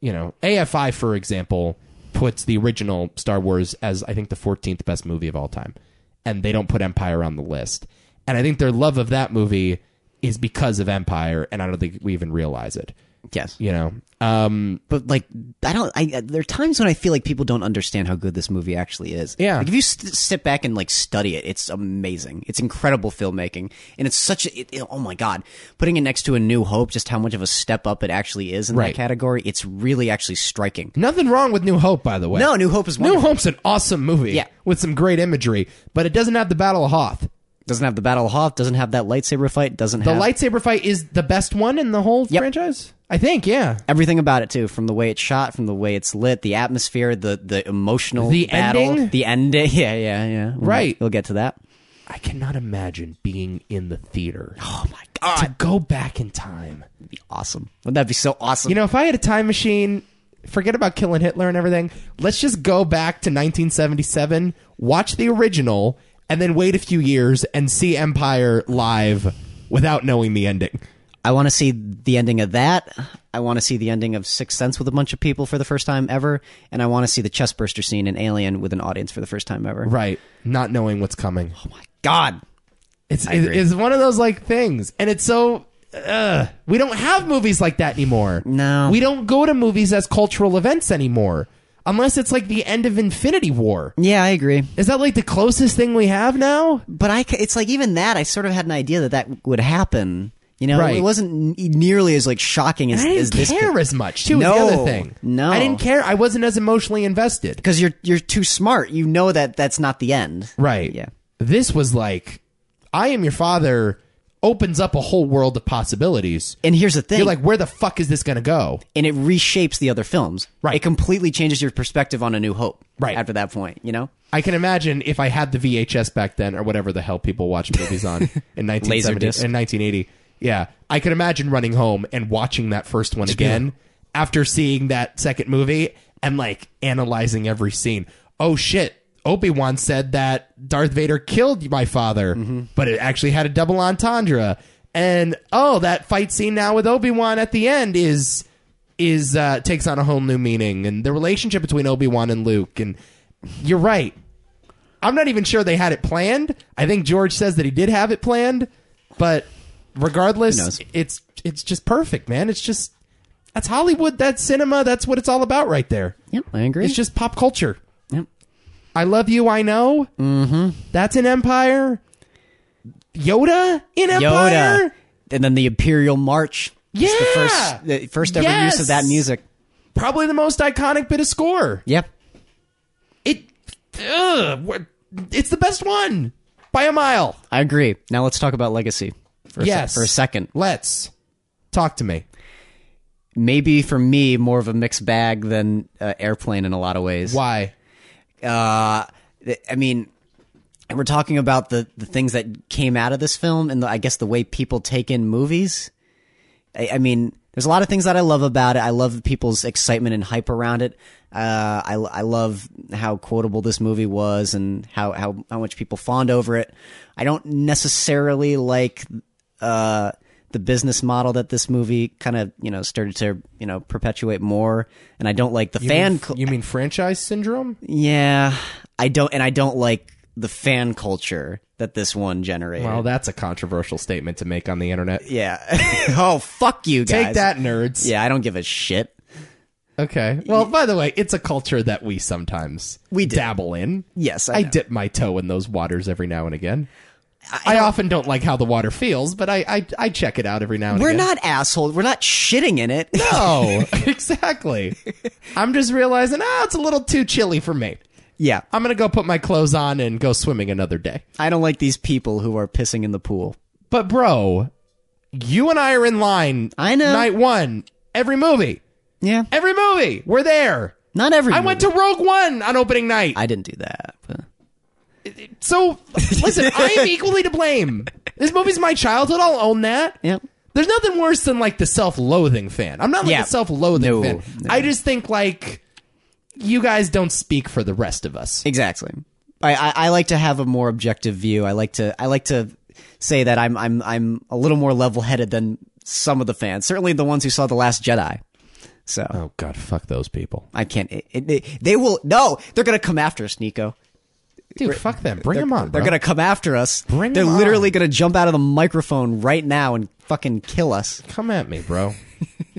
A: you know, AFI, for example, puts the original Star Wars as, I think, the 14th best movie of all time. And they don't put Empire on the list. And I think their love of that movie is because of Empire. And I don't think we even realize it,
B: Yes.
A: you know? Um,
B: But like, I don't. I there are times when I feel like people don't understand how good this movie actually is.
A: Yeah.
B: Like if you st- sit back and like study it, it's amazing. It's incredible filmmaking, and it's such. A, it, it- oh my god, putting it next to A New Hope, just how much of a step up it actually is in
A: Right.
B: that category. It's really actually striking.
A: nothing wrong with New Hope, by the way.
B: No, New Hope is
A: New
B: wonderful.
A: Hope's an awesome movie
B: Yeah.
A: with some great imagery, but it doesn't have the Battle of Hoth.
B: Doesn't have the Battle of Hoth. Doesn't have that lightsaber fight. Doesn't
A: The
B: have
A: lightsaber fight is the best one in the whole
B: Yep.
A: franchise? I think, yeah.
B: everything about it too, from the way it's shot, from the way it's lit, the atmosphere, the the emotional
A: The
B: battle,
A: ending?
B: the ending. Yeah, yeah, yeah. We'll-
A: Right.
B: We'll get to that.
A: I cannot imagine being in the theater.
B: Oh my god,
A: to go back in time.
B: that'd be awesome. Wouldn't that be so awesome?
A: You know, if I had a time machine, forget about killing Hitler and everything. Let's just go back to 1977, watch the original, and then wait a few years and see Empire live without knowing the ending.
B: I want to see the ending of that. I want to see the ending of Sixth Sense with a bunch of people for the first time ever, and I want to see the chestburster scene in Alien with an audience for the first time ever.
A: Right. Not knowing what's coming.
B: Oh my god.
A: It's it- it's one of those like things, and it's so. Uh, we don't have movies like that anymore.
B: No.
A: we don't go to movies as cultural events anymore, unless it's like the end of Infinity War.
B: Yeah, I agree.
A: Is that like the closest thing we have now?
B: But I, ca- it's like even that. I sort of had an idea that that would happen. You know,
A: Right.
B: it wasn't n- e, nearly as like shocking as,
A: I didn't
B: as this.
A: care as much too. is
B: No,
A: the other thing.
B: no.
A: I didn't care. I wasn't as emotionally invested.
B: because you're you're too smart. You know that that's not the end.
A: Right.
B: Yeah.
A: This was like, I am your father. Opens up a whole world of possibilities.
B: And here's the thing,
A: You're like, where the fuck is this going to go?
B: and it reshapes the other films.
A: Right.
B: It completely changes your perspective on A New Hope.
A: Right.
B: After that point, you know,
A: I can imagine if I had the VHS back then, or whatever the hell people watched movies on in 1970
B: Laserdisc.
A: in 1980. Yeah, I can imagine running home and watching that first one again after seeing that second movie and like analyzing every scene. Oh shit! Obi Wan said that Darth Vader killed my father, but it actually had a double entendre. And oh, that fight scene now with Obi Wan at the end is is uh, takes on a whole new meaning, and the relationship between Obi Wan and Luke. And you're right. I'm not even sure they had it planned. I think George says that he did have it planned, but regardless,
B: knows?
A: it's it's just perfect, man. It's just that's Hollywood, that's cinema, that's what it's all about, right there.
B: Yep, I agree.
A: It's just pop culture.
B: Yep.
A: I love you, I know. Mm-hmm. That's an empire. Yoda in
B: Yoda,
A: empire.
B: and then the Imperial March. It's the
A: Yeah!
B: first the first ever use
A: Yes!
B: of that music.
A: Probably the most iconic bit of score.
B: Yep.
A: It, ugh, what- it's the best one by a mile.
B: I agree. Now let's talk about legacy. For a
A: Yes.
B: se- for a second.
A: Let's talk to me.
B: Maybe for me, more of a mixed bag than uh, airplane in a lot of ways.
A: Why?
B: uh, th- I mean, we're talking about the, the things that came out of this film and the, I guess the way people take in movies. I, I mean, there's a lot of things that I love about it. I love people's excitement and hype around it. Uh, I, I love how quotable this movie was and how, how, how much people fawned over it. I don't necessarily like, uh, the business model that this movie kind of, you know, started to, you know, perpetuate more. And I don't like the fan
A: mean-
B: cl-
A: you mean franchise syndrome?
B: yeah, I don't, and I don't like the fan culture that this one generated.
A: Well, that's a controversial statement to make on the internet.
B: yeah. oh, fuck you guys.
A: Take that, nerds.
B: Yeah, I don't give a shit.
A: Okay. Well, by the way, it's a culture that we sometimes
B: We do.
A: dabble in.
B: Yes, I
A: I
B: know.
A: dip my toe in those waters every now and again. I, often don't like how the water feels, but I I, I check it out every now and
B: We're
A: again.
B: not assholes. We're not shitting in it.
A: No, exactly. I'm just realizing, ah, it's a little too chilly for me.
B: yeah.
A: I'm gonna go put my clothes on and go swimming another day.
B: I don't like these people who are pissing in the pool.
A: But bro, you and I are in line.
B: I know.
A: Night one, every movie,
B: Yeah.
A: every movie, we're there.
B: Not every
A: I went to Rogue One on opening night.
B: I didn't do that. But
A: So listen, I am equally to blame. This movie's my childhood. I'll own that.
B: Yep.
A: There's nothing worse than like the self-loathing fan. I'm not like
B: Yeah.
A: a self-loathing
B: No,
A: fan.
B: no.
A: I just think like you guys don't speak for the rest of us.
B: Exactly. I, I, I like to have a more objective view. I like to I like to say that I'm I'm I'm a little more level headed than some of the fans. Certainly the ones who saw the Last Jedi. So
A: Oh god, fuck those people,
B: I can't. It, it, they- they will no. They're gonna come after us, Nico.
A: dude. fuck them. Bring them on.
B: They're
A: bro.
B: gonna come after us.
A: Bring
B: they're
A: them on.
B: literally gonna jump out of the microphone right now and fucking kill us.
A: come at me, bro.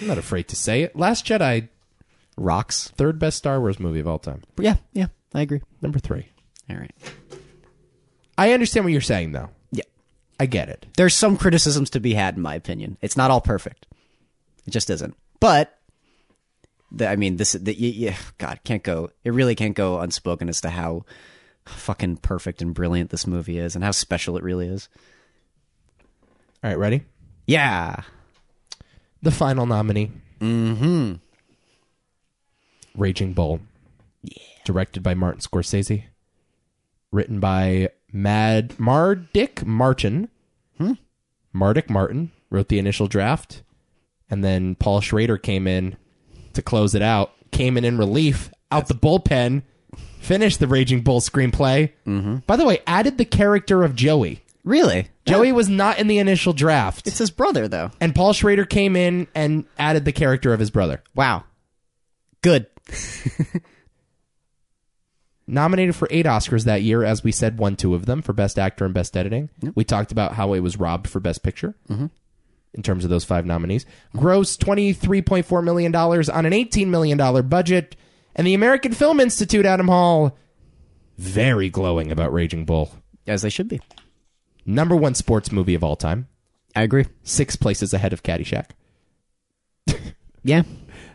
A: I'm not afraid to say it. Last Jedi,
B: Rocks.
A: third best Star Wars movie of all time.
B: Yeah, yeah, I agree.
A: Number three.
B: All right.
A: I understand what you're saying though.
B: Yeah.
A: I get it.
B: there's some criticisms to be had in my opinion. It's not all perfect. It just isn't. But the, I mean, this the, you, you, God can't go. It really can't go unspoken as to how fucking perfect and brilliant this movie is, and how special it really is.
A: All right, ready?
B: Yeah,
A: The final nominee. Mm-hmm. Raging Bull. Yeah. Directed by Martin Scorsese. Written by Mad Mardick Martin. Hmm? Mardick Martin wrote the initial draft. And then Paul Schrader came in to close it out. Came in in relief, out the bullpen, finished the Raging Bull screenplay. Mm-hmm. By the way, added the character of Joey.
B: really.
A: Joey was not in the initial draft.
B: It's his brother, though.
A: And Paul Schrader came in and added the character of his brother.
B: Wow, good.
A: Nominated for eight Oscars that year, as we said, won two of them for Best Actor and Best Editing. We talked about how it was robbed for Best Picture in terms of those five nominees. Gross $23.4 million on an $18 million budget. And the American Film Institute, Adam Hall, very glowing about Raging Bull.
B: As they should be.
A: Number one sports movie of all time,
B: I agree.
A: six places ahead of Caddyshack.
B: Yeah,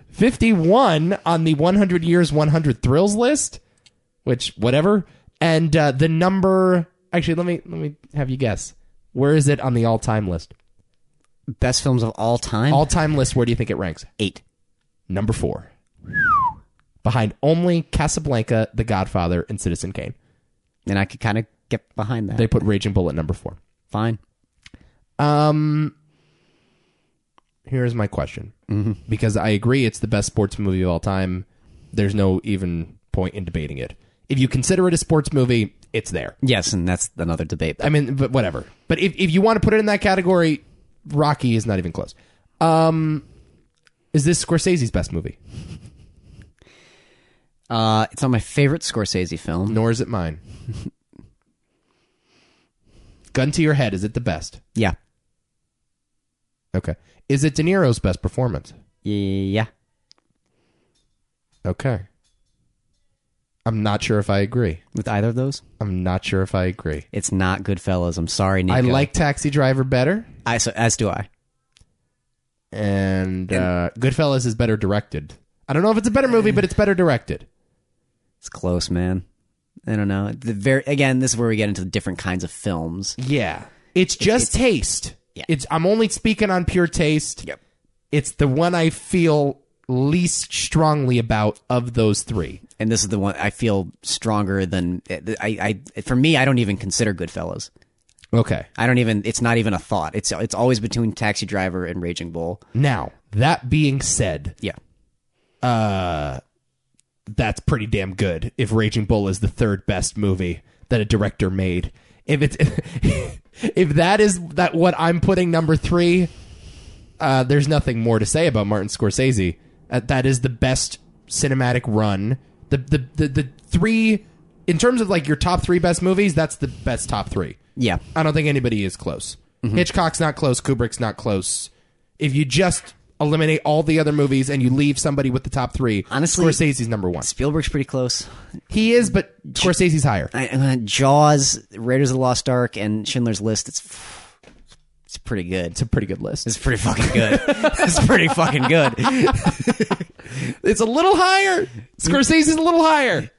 A: 51 on the 100 years 100 thrills list which whatever and uh, the number actually let me let me have you guess where is it on the all-time list
B: best films of all time.
A: all-time list where do you think it ranks
B: eight.
A: number four behind only casablanca the godfather and citizen kane
B: And I could kind of get behind that.
A: they put raging bull at number four
B: Fine.
A: um here's my question because i agree it's the best sports movie of all time there's no even point in debating it if you consider it a sports movie it's there
B: Yes, and that's another debate.
A: I mean, but whatever. But if, if you want to put it in that category, Rocky is not even close. Um, is this Scorsese's best movie?
B: Uh, it's not my favorite Scorsese film.
A: Nor is it mine. Gun to your head, is it the best?
B: Yeah.
A: Okay. Is it De Niro's best performance?
B: Yeah.
A: Okay. I'm not sure if I agree.
B: With either of those?
A: I'm not sure if I agree.
B: It's not Goodfellas. I'm sorry, Nico.
A: I like Taxi Driver better,
B: I so, as do I.
A: and uh, Goodfellas is better directed. I don't know if it's a better movie, but it's better directed.
B: It's close, man. I don't know. The very again, this is where we get into the different kinds of films.
A: Yeah. It's just taste.
B: Yeah.
A: It's I'm only speaking on pure taste.
B: Yep.
A: It's the one I feel least strongly about of those three.
B: And this is the one I feel stronger than I, I for me, I don't even consider Goodfellas.
A: Okay.
B: I don't even it's not even a thought. It's it's always between Taxi Driver and Raging Bull.
A: Now, that being said,
B: Yeah.
A: that's pretty damn good if Raging Bull is the third best movie that a director made. If it's if that is that what I'm putting number 3, uh, there's nothing more to say about Martin Scorsese. Uh, that is the best cinematic run. The, the the the three in terms of like your top 3 best movies, that's the best top 3.
B: Yeah.
A: I don't think anybody is close. Hitchcock's not close. Kubrick's not close. If you just eliminate all the other movies and you leave somebody with the top three.
B: Honestly-
A: Scorsese's number one.
B: Spielberg's pretty close.
A: He is, but Scorsese's higher.
B: I, I mean, Jaws, Raiders of the Lost Ark, and Schindler's List. It's it's pretty good.
A: It's a pretty good list.
B: It's pretty fucking good. it's pretty fucking good.
A: It's a little higher. Scorsese's a little higher.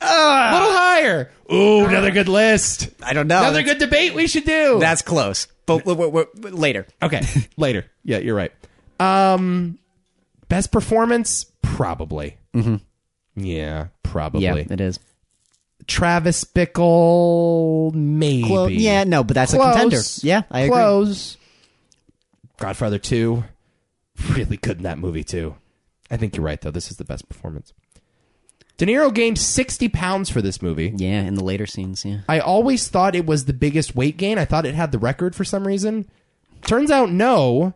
A: A little higher. Ooh, another good list.
B: I don't know.
A: Another
B: That's-
A: good debate we should do.
B: That's close. But w- w- w- later.
A: okay, later. Yeah, you're right. Um, best performance probably. Mm-hmm. Yeah, probably.
B: is.
A: Travis Bickle, maybe.
B: Well, yeah, no, but that's a
A: Close.
B: contender. Yeah, I agree.
A: Close. Godfather Two, really good in that movie too. I think you're right though. This is the best performance. De Niro gained 60 pounds for this movie.
B: Yeah, in the later scenes, yeah.
A: I always thought it was the biggest weight gain. I thought it had the record for some reason. Turns out, no.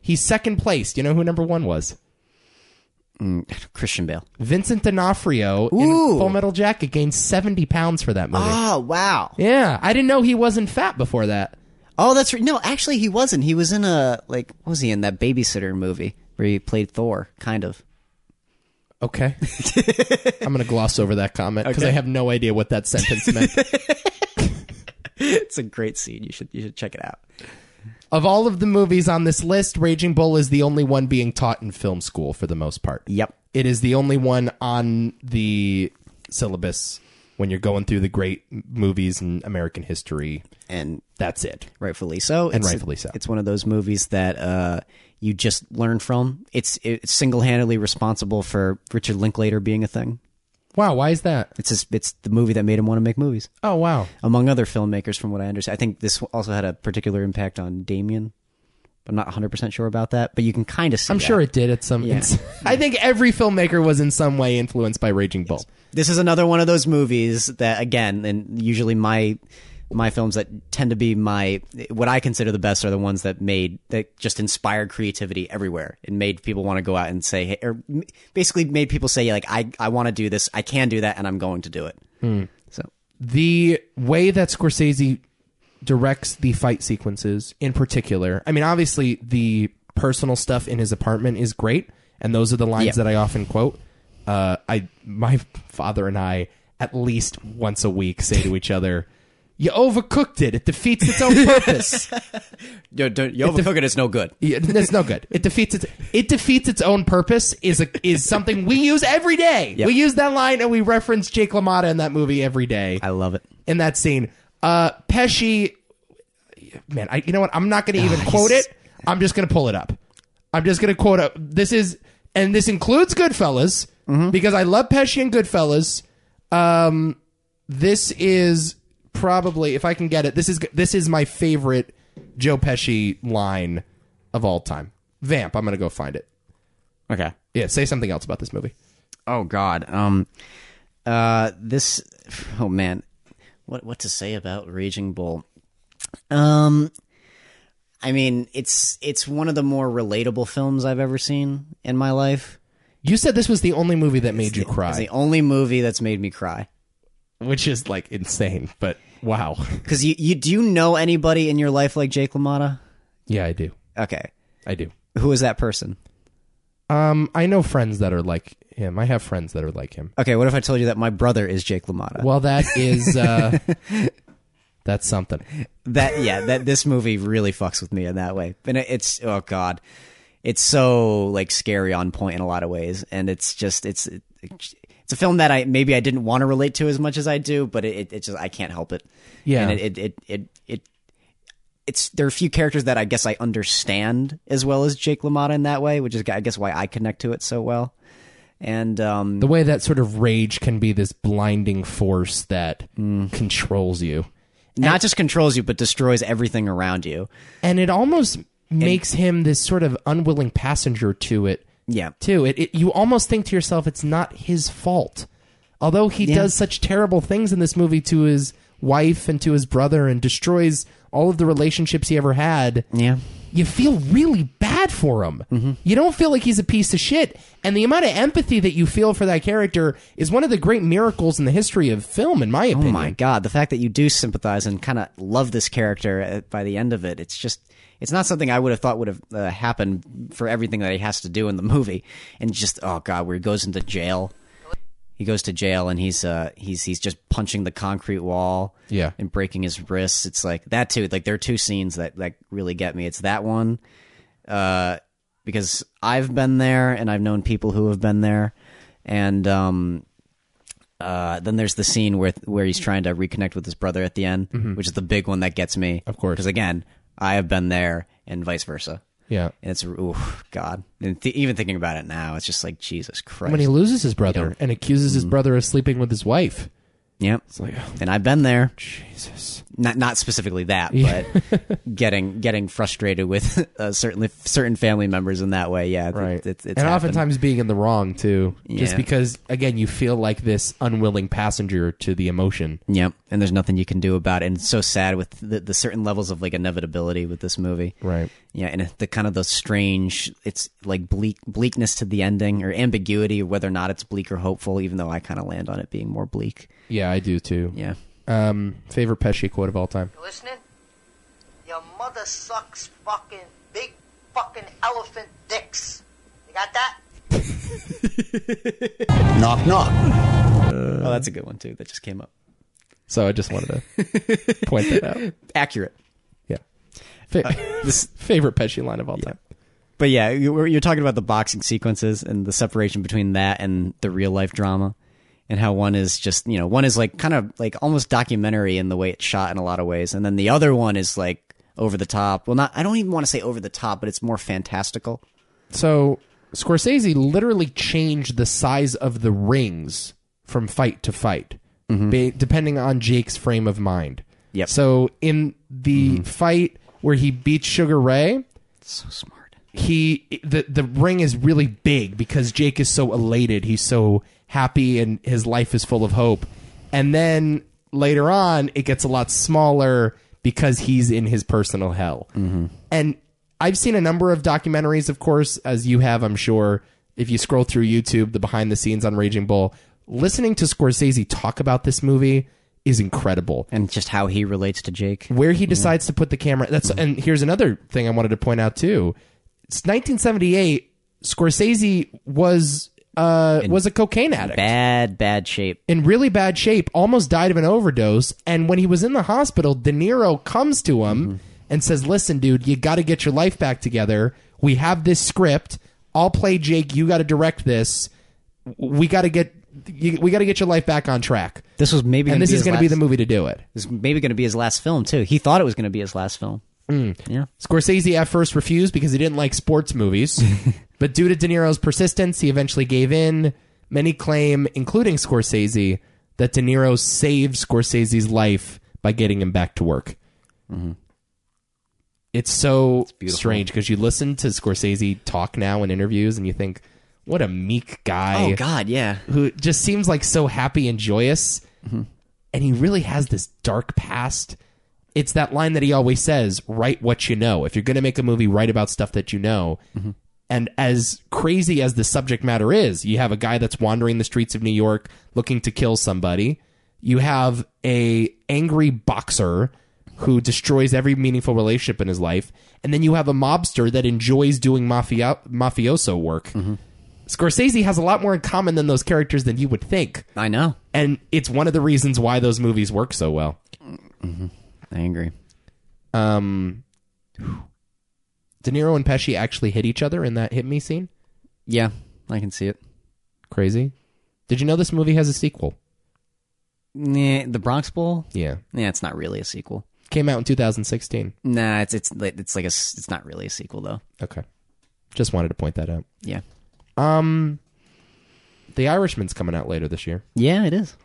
A: He's second place. You know who number one was?
B: Christian Bale.
A: Vincent D'Onofrio in
B: Ooh.
A: Full Metal Jacket gained 70 pounds for that movie.
B: Oh, wow.
A: Yeah, I didn't know he wasn't fat before that.
B: Oh, that's right. No, actually, he wasn't. He was in a, like, what was he in? That babysitter movie where he played Thor, kind of.
A: Okay. I'm going to gloss over that comment because I have no idea what that sentence meant.
B: It's a great scene. You should you should check it out.
A: of all of the movies on this list, Raging Bull is the only one being taught in film school for the most part.
B: Yep.
A: It is the only one on the syllabus when you're going through the great m- movies in American history.
B: And
A: That's it.
B: rightfully so. And
A: rightfully so.
B: It's one of those movies that uh, you just learn from. It's, it's single handedly responsible for Richard Linklater being a thing.
A: Wow, why is that?
B: It's just, it's the movie that made him want to make movies.
A: Oh, wow.
B: among other filmmakers, from what I understand. I think this also had a particular impact on Damien. I'm not 100% sure about that, but you can kind of see
A: I'm
B: that.
A: sure it did at some.
B: Yeah.
A: I think every filmmaker was in some way influenced by Raging Bull.
B: This is another one of those movies that, again, and usually my my films that tend to be my what I consider the best are the ones that made that just inspired creativity everywhere and made people want to go out and say, hey, or m- basically made people say, like, I, I want to do this, I can do that, and I'm going to do it. So
A: the way that Scorsese directs the fight sequences in particular. I mean, obviously the personal stuff in his apartment is great, and those are the lines
B: Yeah.
A: that I often quote. Uh, I my father and I at least once a week say to each other, "You overcooked it. It defeats its own purpose.
B: yo, don't, yo, overcook it, it's no good.
A: Yeah, that's no good. It defeats its it defeats its own purpose is a, is something we use every day. We use that line and we reference Jake LaMotta in that movie every day
B: I love it.
A: in that scene. Uh, Pesci, man, I, you know what? I'm not going to even quote it. I'm just going to pull it up. I'm just going to quote up. This is, and this includes Goodfellas because I love Pesci and Goodfellas. Um, this is probably, if I can get it, this is this is my favorite Joe Pesci line of all time. Vamp. I'm going to go find it.
B: Okay.
A: Yeah, say something else about this movie.
B: Oh God. Um. Uh. This. Oh man. What What to say about Raging Bull? Um. I mean, it's it's one of the more relatable films I've ever seen in my life.
A: You said this was the only movie that made you
B: It's
A: cry,
B: the only movie that's made me cry.
A: which is like insane, but wow.
B: Because you, you do you know anybody in your life like Jake LaMotta?
A: Yeah, I do.
B: Okay,
A: I do.
B: who is that person?
A: Um, I know friends that are like him. I have friends that are like him.
B: Okay, what if I told you that my brother is Jake LaMotta?
A: Well, that is uh, that's something.
B: that yeah that this movie really fucks with me in that way and it- it's oh god it's so like scary on point in a lot of ways and it's just it's it's a film that i maybe i didn't want to relate to as much as i do but it, it just i can't help it
A: Yeah.
B: and it it it, it, it it's there are a few characters that I guess I understand as well as Jake LaMotta in that way, which is I guess why I connect to it so well. And um,
A: The way that sort of rage can be this blinding force that controls you,
B: not just controls you, but destroys everything around you.
A: and it almost makes him this sort of unwilling passenger to it.
B: Yeah.
A: Too, it, it you almost think to yourself it's not his fault, although he does such terrible things in this movie to his wife and to his brother and destroys all of the relationships he ever had.
B: Yeah.
A: you feel really bad for him.
B: Mm-hmm.
A: You don't feel like he's a piece of shit. And the amount of empathy that you feel for that character is one of the great miracles in the history of film, in my opinion.
B: Oh my god, the fact that you do sympathize and kind of love this character uh, by the end of it, it's just It's not something I would have thought would have uh, happened for everything that he has to do in the movie, and just oh god, where he goes into jail. He goes to jail and he's uh he's he's just punching the concrete wall
A: Yeah.
B: and breaking his wrists. It's like that too. Like there are two scenes that like really get me. It's that one uh, because I've been there and I've known people who have been there. And um, uh, then there's the scene where where he's trying to reconnect with his brother at the end, which is the big one that gets me.
A: Mm-hmm. Of course.
B: because again, I have been there and vice versa.
A: Yeah.
B: And it's oof, God, and th- even thinking about it now, it's just like Jesus Christ.
A: When he loses his brother and accuses
B: Mm-hmm.
A: his brother of sleeping with his wife.
B: yep.
A: It's like, oh,
B: And I've been there,
A: Jesus.
B: not not specifically that, but getting getting frustrated with uh, certainly certain family members in that way. Yeah,
A: Right.
B: It's, it's, it's
A: and
B: happened.
A: oftentimes being in the wrong, too. Just
B: Yeah.
A: because, again, you feel like this unwilling passenger to the emotion.
B: Yep, and there's nothing you can do about it. And it's so sad with the, the certain levels of like inevitability with this movie.
A: Right.
B: Yeah, and the kind of the strange, it's like bleak bleakness to the ending or ambiguity, or whether or not it's bleak or hopeful. Even though I kind of land on it being more bleak.
A: Yeah, I do, too.
B: Yeah,
A: Um, favorite Pesci quote of all time?
C: You listening? Your mother sucks fucking big fucking elephant dicks. You got that?
D: Knock, knock.
B: oh, that's a good one too. That just came up.
A: So I just wanted to point that out.
B: Accurate.
A: Yeah. Fa- favorite Pesci line of all time.
B: But yeah, you were- you're talking about the boxing sequences and the separation between that and the real life drama, and how one is just you know one is like kind of like almost documentary in the way it's shot in a lot of ways, and then the other one is like over the top. Well, not I don't even want to say over the top, but it's more fantastical.
A: So Scorsese literally changed the size of the rings from fight to fight, ba- depending on Jake's frame of mind.
B: Yep.
A: So in the fight where he beats Sugar Ray,
B: So smart.
A: he the the ring is really big because Jake is so elated, he's so happy, and his life is full of hope. And then later on, it gets a lot smaller because he's in his personal hell. And I've seen a number of documentaries, of course, as you have, I'm sure. If you scroll through YouTube, the behind the scenes on Raging Bull, listening to Scorsese talk about this movie is incredible
B: And just how he relates to Jake.
A: where he decides to put the camera. That's
B: Mm-hmm.
A: and here's another thing I wanted to point out too. It's 1978. Scorsese was uh, was a cocaine addict
B: Bad, bad shape.
A: in really bad shape, almost died of an overdose. And when he was in the hospital, De Niro comes to him
B: Mm-hmm.
A: and says, Listen, dude, you got to get your life back together. We have this script. I'll play Jake. You got to direct this. We got to get. You, we got to get your life back on track,
B: This was maybe
A: and
B: gonna
A: this is
B: his
A: going to be
B: last-
A: the movie to do it.
B: This is maybe going to be his last film too. He thought it was going to be his last film.
A: Hmm.
B: Yeah.
A: Scorsese at first refused because he didn't like sports movies, but due to De Niro's persistence, he eventually gave in. Many claim, including Scorsese, that De Niro saved Scorsese's life by getting him back to work. It's so
B: Mm-hmm. beautiful.
A: strange because you listen to Scorsese talk now in interviews and you think, what a meek guy
B: Oh God, yeah.
A: who just seems like so happy and joyous and he really has this dark past it's that line that he always says write what you know if you're going to make a movie write about stuff that you know and as crazy as the subject matter is you have a guy that's wandering the streets of new york looking to kill somebody you have a angry boxer who destroys every meaningful relationship in his life and then you have a mobster that enjoys doing mafia- mafioso work Scorsese has a lot more in common than those characters than you would think.
B: I know.
A: And it's one of the reasons why those movies work so well.
B: I agree.
A: Um, De Niro and Pesci actually hit each other in that hit me scene.
B: Yeah, I can see it.
A: Crazy. Did you know this movie has a sequel?
B: Nah, the Bronx Bowl.
A: Yeah.
B: Yeah, it's not really a sequel.
A: Came out in 2016.
B: Nah, it's it's like it's like a s- it's not really a sequel though.
A: Okay. Just wanted to point that out.
B: Yeah,
A: Um, The Irishman's coming out later this year.
B: yeah, it is.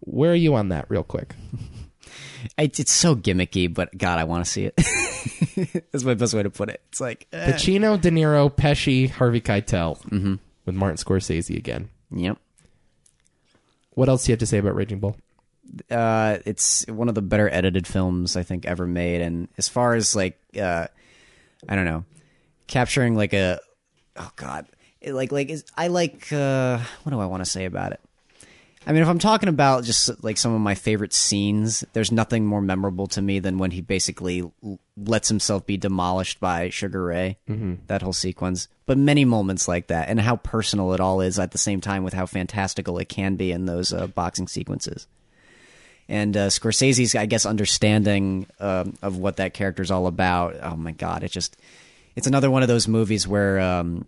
A: Where are you on that, real quick?
B: It's it's so gimmicky, but God, I want to see it. That's my best way to put it. It's like, eh.
A: Pacino, De Niro, Pesci, Harvey Keitel, mm-hmm. with Martin Scorsese again.
B: yep.
A: What else do you have to say about Raging Bull?
B: uh, it's one of the better edited films I think ever made. And as far as like, uh, I don't know, capturing like a, oh god, it, like like is, I like uh, what do I want to say about it? I mean, if I'm talking about just like some of my favorite scenes, there's nothing more memorable to me than when he basically l- lets himself be demolished by Sugar Ray. Mm-hmm. That whole sequence, but many moments like that, and how personal it all is at the same time, with how fantastical it can be in those uh, boxing sequences. And uh, Scorsese's, I guess, understanding um, of what that character's all about. Oh my god, it just it's another one of those movies where. Um,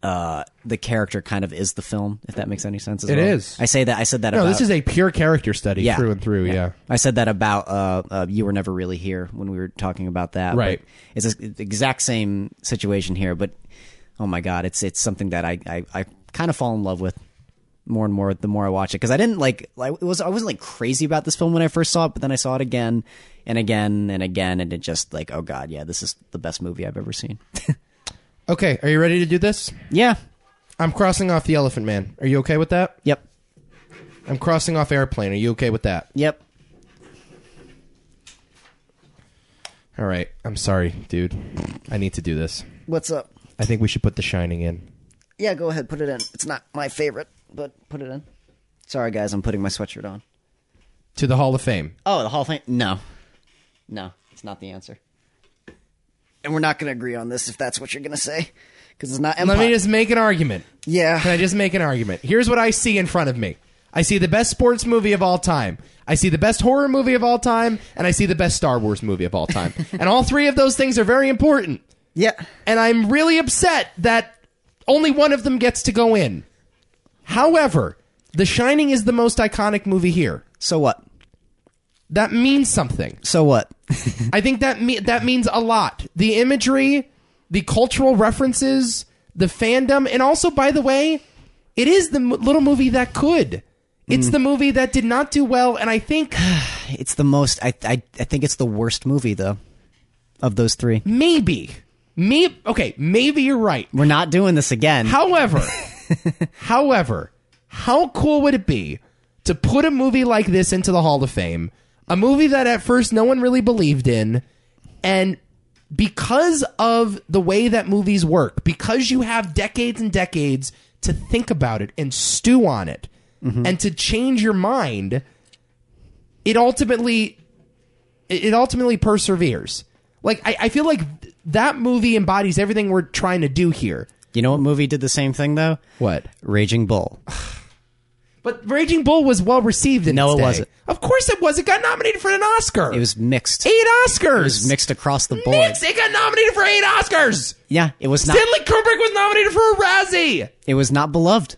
B: uh, the character kind of is the film, if that makes any sense. As
A: It
B: well.
A: is.
B: I say that. I said that.
A: No,
B: about,
A: Oh, this is a pure character study
B: Yeah.
A: through and through. Yeah.
B: I said that about uh, uh, you were never really here when we were talking about that. but
A: Right.
B: It's the exact same situation here, but oh my god, it's it's something that I I, I kind of fall in love with more and more the more I watch it because I didn't like I was I wasn't like crazy about this film when I first saw it, but then I saw it again and again and again, and it just like oh god, yeah, this is the best movie I've ever seen.
A: Okay, are you ready to do this?
B: yeah.
A: I'm crossing off the Elephant Man. Are you okay with that?
B: Yep.
A: I'm crossing off Airplane. Are you okay with that?
B: Yep.
A: All right. I'm sorry, dude. I need to do this.
B: What's up?
A: I think we should put The Shining in.
B: Yeah, go ahead, put it in. It's not my favorite, but put it in. Sorry, guys, I'm putting my sweatshirt on.
A: To the Hall of Fame.
B: Oh, the Hall of Fame? No. No, it's not the answer. And we're not going to agree on this if that's what you're going to say. Because it's not Empire.
A: Let me just make an argument.
B: yeah.
A: Can I just make an argument? Here's what I see in front of me. I see the best sports movie of all time. I see the best horror movie of all time, and I see the best Star Wars movie of all time. and all three of those things are very important.
B: yeah.
A: and I'm really upset that only one of them gets to go in. However, The Shining is the most iconic movie here.
B: So what?
A: That means something.
B: So what?
A: I think that me- that means a lot. The imagery, the cultural references, the fandom, and also, by the way, it is the m- little movie that could. It's the movie that did not do well, and I think
B: it's the most. I, I, I think it's the worst movie, though, of those three.
A: maybe, me okay, maybe you're right.
B: We're not doing this again.
A: However, however, how cool would it be to put a movie like this into the Hall of Fame? A movie that at first no one really believed in, and because of the way that movies work, because you have decades and decades to think about it and stew on it and to change your mind, it ultimately it it ultimately perseveres. Like I, I feel like th- that movie embodies everything we're trying to do here.
B: You know what movie did the same thing, though?
A: What?
B: Raging Bull.
A: But Raging Bull was well received in
B: No,
A: its
B: it
A: day.
B: wasn't.
A: Of course it was. It got nominated for an Oscar.
B: It was mixed.
A: eight Oscars. It
B: was mixed across the board.
A: Mixed. It got nominated for eight Oscars.
B: Yeah, it was not.
A: Stanley Kubrick was nominated for a Razzie.
B: It was not beloved.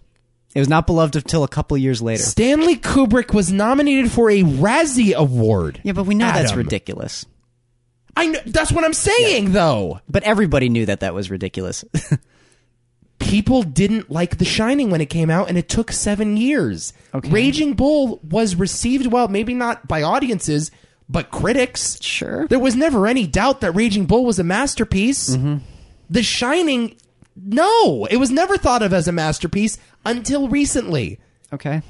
B: It was not beloved until a couple years later.
A: Stanley Kubrick was nominated for a Razzie Award.
B: Yeah, but we know that's
A: Adam.
B: ridiculous.
A: I know, that's what I'm saying, though.
B: But everybody knew that that was ridiculous.
A: People didn't like The Shining when it came out, and it took seven years. Raging Bull was received well, maybe not by audiences, but critics.
B: sure.
A: There was never any doubt that Raging Bull was a masterpiece. The Shining, no, it was never thought of as a masterpiece until recently.
B: Okay.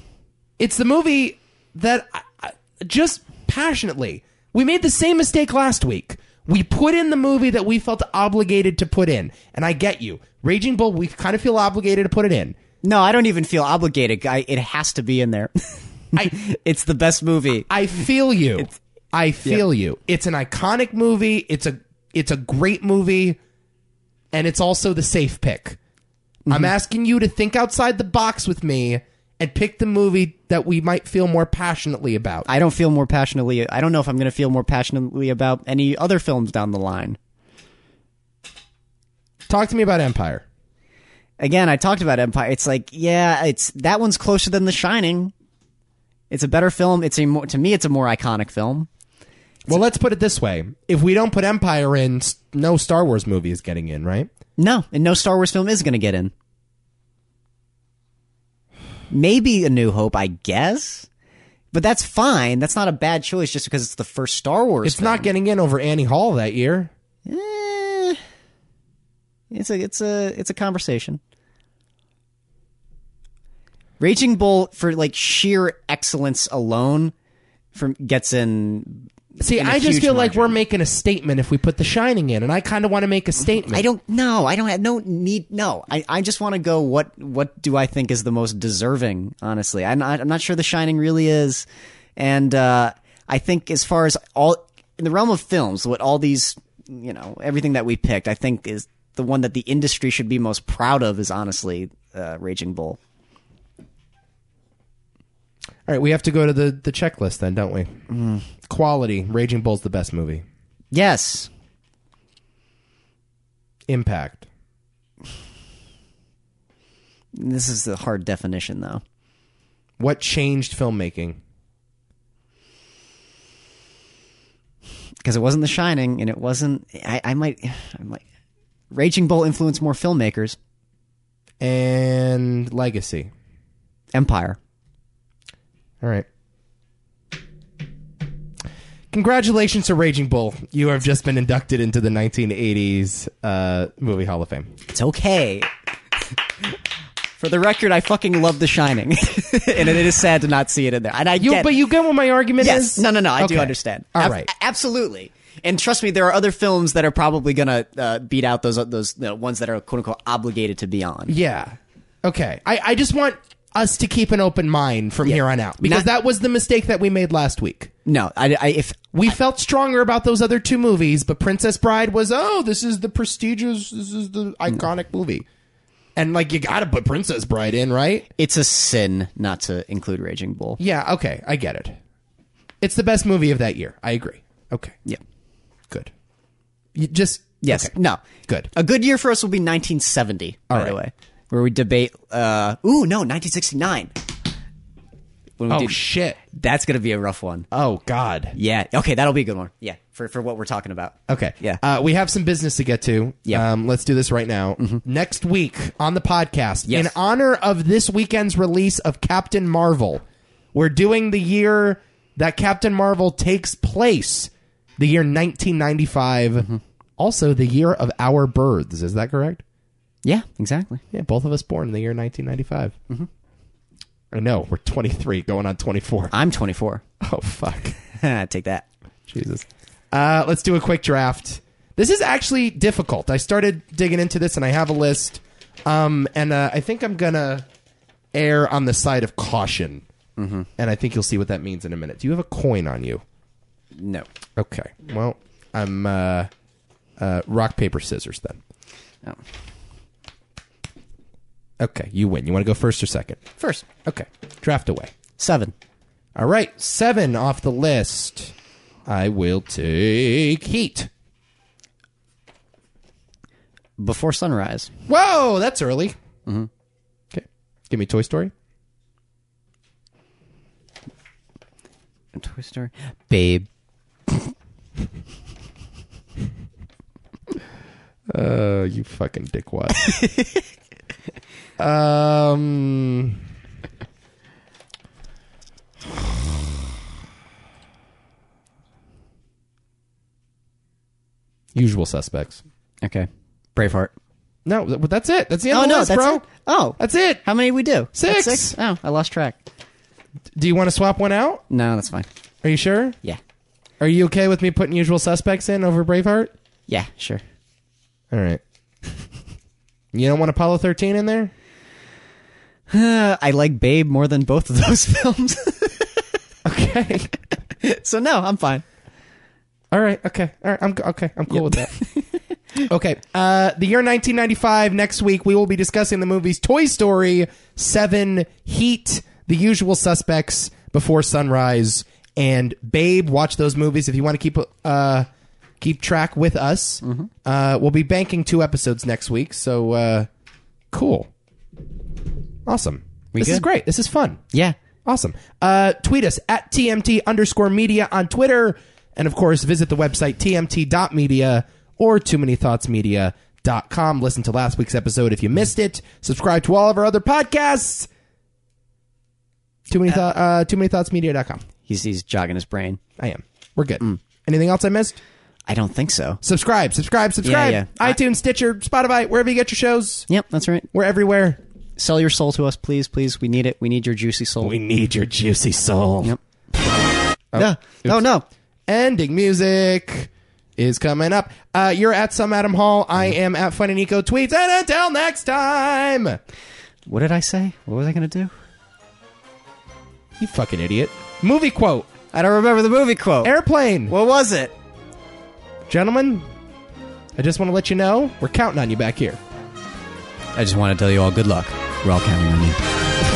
A: It's the movie that I, I, just passionately, we made the same mistake last week. We put in the movie that we felt obligated to put in. And I get you. Raging Bull, we kind of feel obligated to put it in.
B: No, I don't even feel obligated. I, it has to be in there.
A: I-
B: it's the best movie.
A: I feel you. I feel you. It's an iconic movie. It's a it's a great movie, and it's also the safe pick. I'm asking you to think outside the box with me and pick the movie that we might feel more passionately about.
B: I don't feel more passionately. I don't know if I'm going to feel more passionately about any other films down the line.
A: Talk to me about Empire.
B: Again, I talked about Empire. It's like, yeah, it's that one's closer than The Shining. It's a better film. It's a more, to me, it's a more iconic film.
A: Well, let's put it this way: if we don't put Empire in, s- no Star Wars movie is getting in, right?
B: No, and no Star Wars film is going to get in. Maybe A New Hope, I guess. But that's fine. That's not a bad choice just because it's the first Star Wars
A: It's not getting in over Annie Hall that year.
B: film. Eh, it's a it's a it's a conversation. Raging Bull for like sheer excellence alone from gets in
A: See,
B: in a
A: I just
B: huge
A: feel like
B: margin.
A: we're making a statement if we put The Shining in, and I kind of want to make a statement.
B: I don't know. I don't have no need. No, I, I just want to go. What what do I think is the most deserving? Honestly, I'm not, I'm not sure The Shining really is. And uh, I think as far as all in the realm of films, what all these you know everything that we picked, I think is the one that the industry should be most proud of is honestly uh, Raging Bull.
A: All right, we have to go to the, the checklist then, don't we? Quality. Raging Bull's the best movie.
B: Yes,
A: Impact.
B: this is the hard definition though.
A: What changed filmmaking?
B: because it wasn't The Shining, and it wasn't. I, I might, I might. Raging Bull influenced more filmmakers.
A: And legacy.
B: Empire.
A: All right. Congratulations to Raging Bull. You have just been inducted into the 1980s uh, Movie Hall of Fame.
B: It's okay. For the record, I fucking love The Shining, and it is sad to not see it in there. And I
A: You,
B: get,
A: but you get what my argument
B: yes,
A: is?
B: no, no, no, I do
A: Okay.
B: understand.
A: All
B: Ab-
A: right.
B: absolutely. And trust me, there are other films that are probably gonna uh, beat out those those you know, ones that are quote unquote obligated to be on.
A: Yeah. Okay. I, I just want us to keep an open mind from here on out because
B: Not-
A: that was the mistake that we made last week.
B: No, I, I if
A: We felt stronger about those other two movies, but Princess Bride was, oh, this is the prestigious, this is the iconic movie. And like, you gotta put Princess Bride in, right?
B: it's a sin not to include Raging Bull.
A: Yeah, okay, I get it. It's the best movie of that year. I agree. Okay,
B: Yeah.
A: good. You just,
B: Yes. Oh,
A: okay.
B: No.
A: Good.
B: A good year for us will be 1970, by
A: All
B: the
A: right.
B: way, where we debate. Uh, ooh, no, 1969. When we
A: Oh,
B: do-
A: shit.
B: that's gonna be a rough one.
A: Oh, God.
B: Yeah. Okay, that'll be a good one. Yeah, for for what we're talking about.
A: Okay.
B: Yeah.
A: Uh, we have some business to get to.
B: Yeah. Mm-hmm.
A: Um, let's do this right now. Next week on the podcast,
B: Yes.
A: in honor of this weekend's release of Captain Marvel, we're doing the year that Captain Marvel takes place, the year 1995,
B: Mm-hmm.
A: also the year of our births. Is that correct?
B: yeah. Exactly.
A: Yeah, both of us born in the year 1995. Mm-hmm. I know. We're 23, going on 24.
B: I'm 24.
A: Oh, fuck.
B: Take that.
A: Jesus. Uh, let's do a quick draft. This is actually difficult. I started digging into this, and I have a list. Um, and uh, I think I'm gonna err on the side of caution. Mm-hmm. And I think you'll see what that means in a minute. Do you have a coin on you?
B: No.
A: Okay. Well, I'm uh, uh, rock paper scissors then.
B: No.
A: Okay, you win. You want to go first or second?
B: First
A: Okay, draft away.
B: seven.
A: All right, seven off the list. I will take Heat.
B: Before sunrise.
A: Whoa, that's early. Mm-hmm. Okay, give me Toy Story.
B: Toy Story. Babe.
A: Uh, you fucking dickwad. um. Usual suspects.
B: Okay. Braveheart.
A: No, th- that's it. That's the end
B: Oh
A: of the
B: no,
A: list,
B: that's
A: bro.
B: it? Oh,
A: That's it.
B: how many we do?
A: Six.
B: That's six. Oh, I lost track.
A: Do you want to swap one out?
B: No, that's fine.
A: Are you sure?
B: Yeah.
A: Are you okay with me putting Usual Suspects in over Braveheart?
B: Yeah. Sure.
A: All right. You don't want Apollo 13 in there?
B: Uh, I like Babe more than both of those films.
A: Okay.
B: so no, I'm fine.
A: All right. Okay. All right. I'm okay. I'm cool with that. okay. Uh, the year 1995. Next week we will be discussing the movies Toy Story, Seven, Heat, The Usual Suspects, Before Sunrise, and Babe. Watch those movies if you want to keep uh keep track with us. Uh, we'll be banking two episodes next week. So uh, cool. Awesome. this is
B: good?
A: great. This is fun.
B: Yeah.
A: Awesome. Uh, tweet us at TMT underscore media on Twitter. And of course, visit the website TMT.media or too many thoughts media.com. Listen to last week's episode if you missed it. Subscribe to all of our other podcasts. Too many, thought uh, too many thoughts media.com.
B: He's he's jogging his brain.
A: I am. We're good.
B: Mm.
A: Anything else I missed?
B: I don't think so.
A: Subscribe, subscribe, subscribe.
B: yeah.
A: iTunes, Stitcher, Spotify, wherever you get your shows.
B: Yep, that's right.
A: We're everywhere.
B: Sell your soul to us, please, please. We need it. We need your juicy soul.
A: need your juicy soul.
B: Yep. no. Oh no.
A: Ending music is coming up. Uh, you're at some Adam Hall. I am at Fun and Eco Tweets. And until next time,
B: What did I say? What was I going to do?
A: you fucking idiot. Movie quote.
B: I don't remember the movie quote.
A: Airplane.
B: What was it?
A: Gentlemen, I just want to let you know we're counting on you back here.
B: I just want to tell you all good luck. We're all counting on you.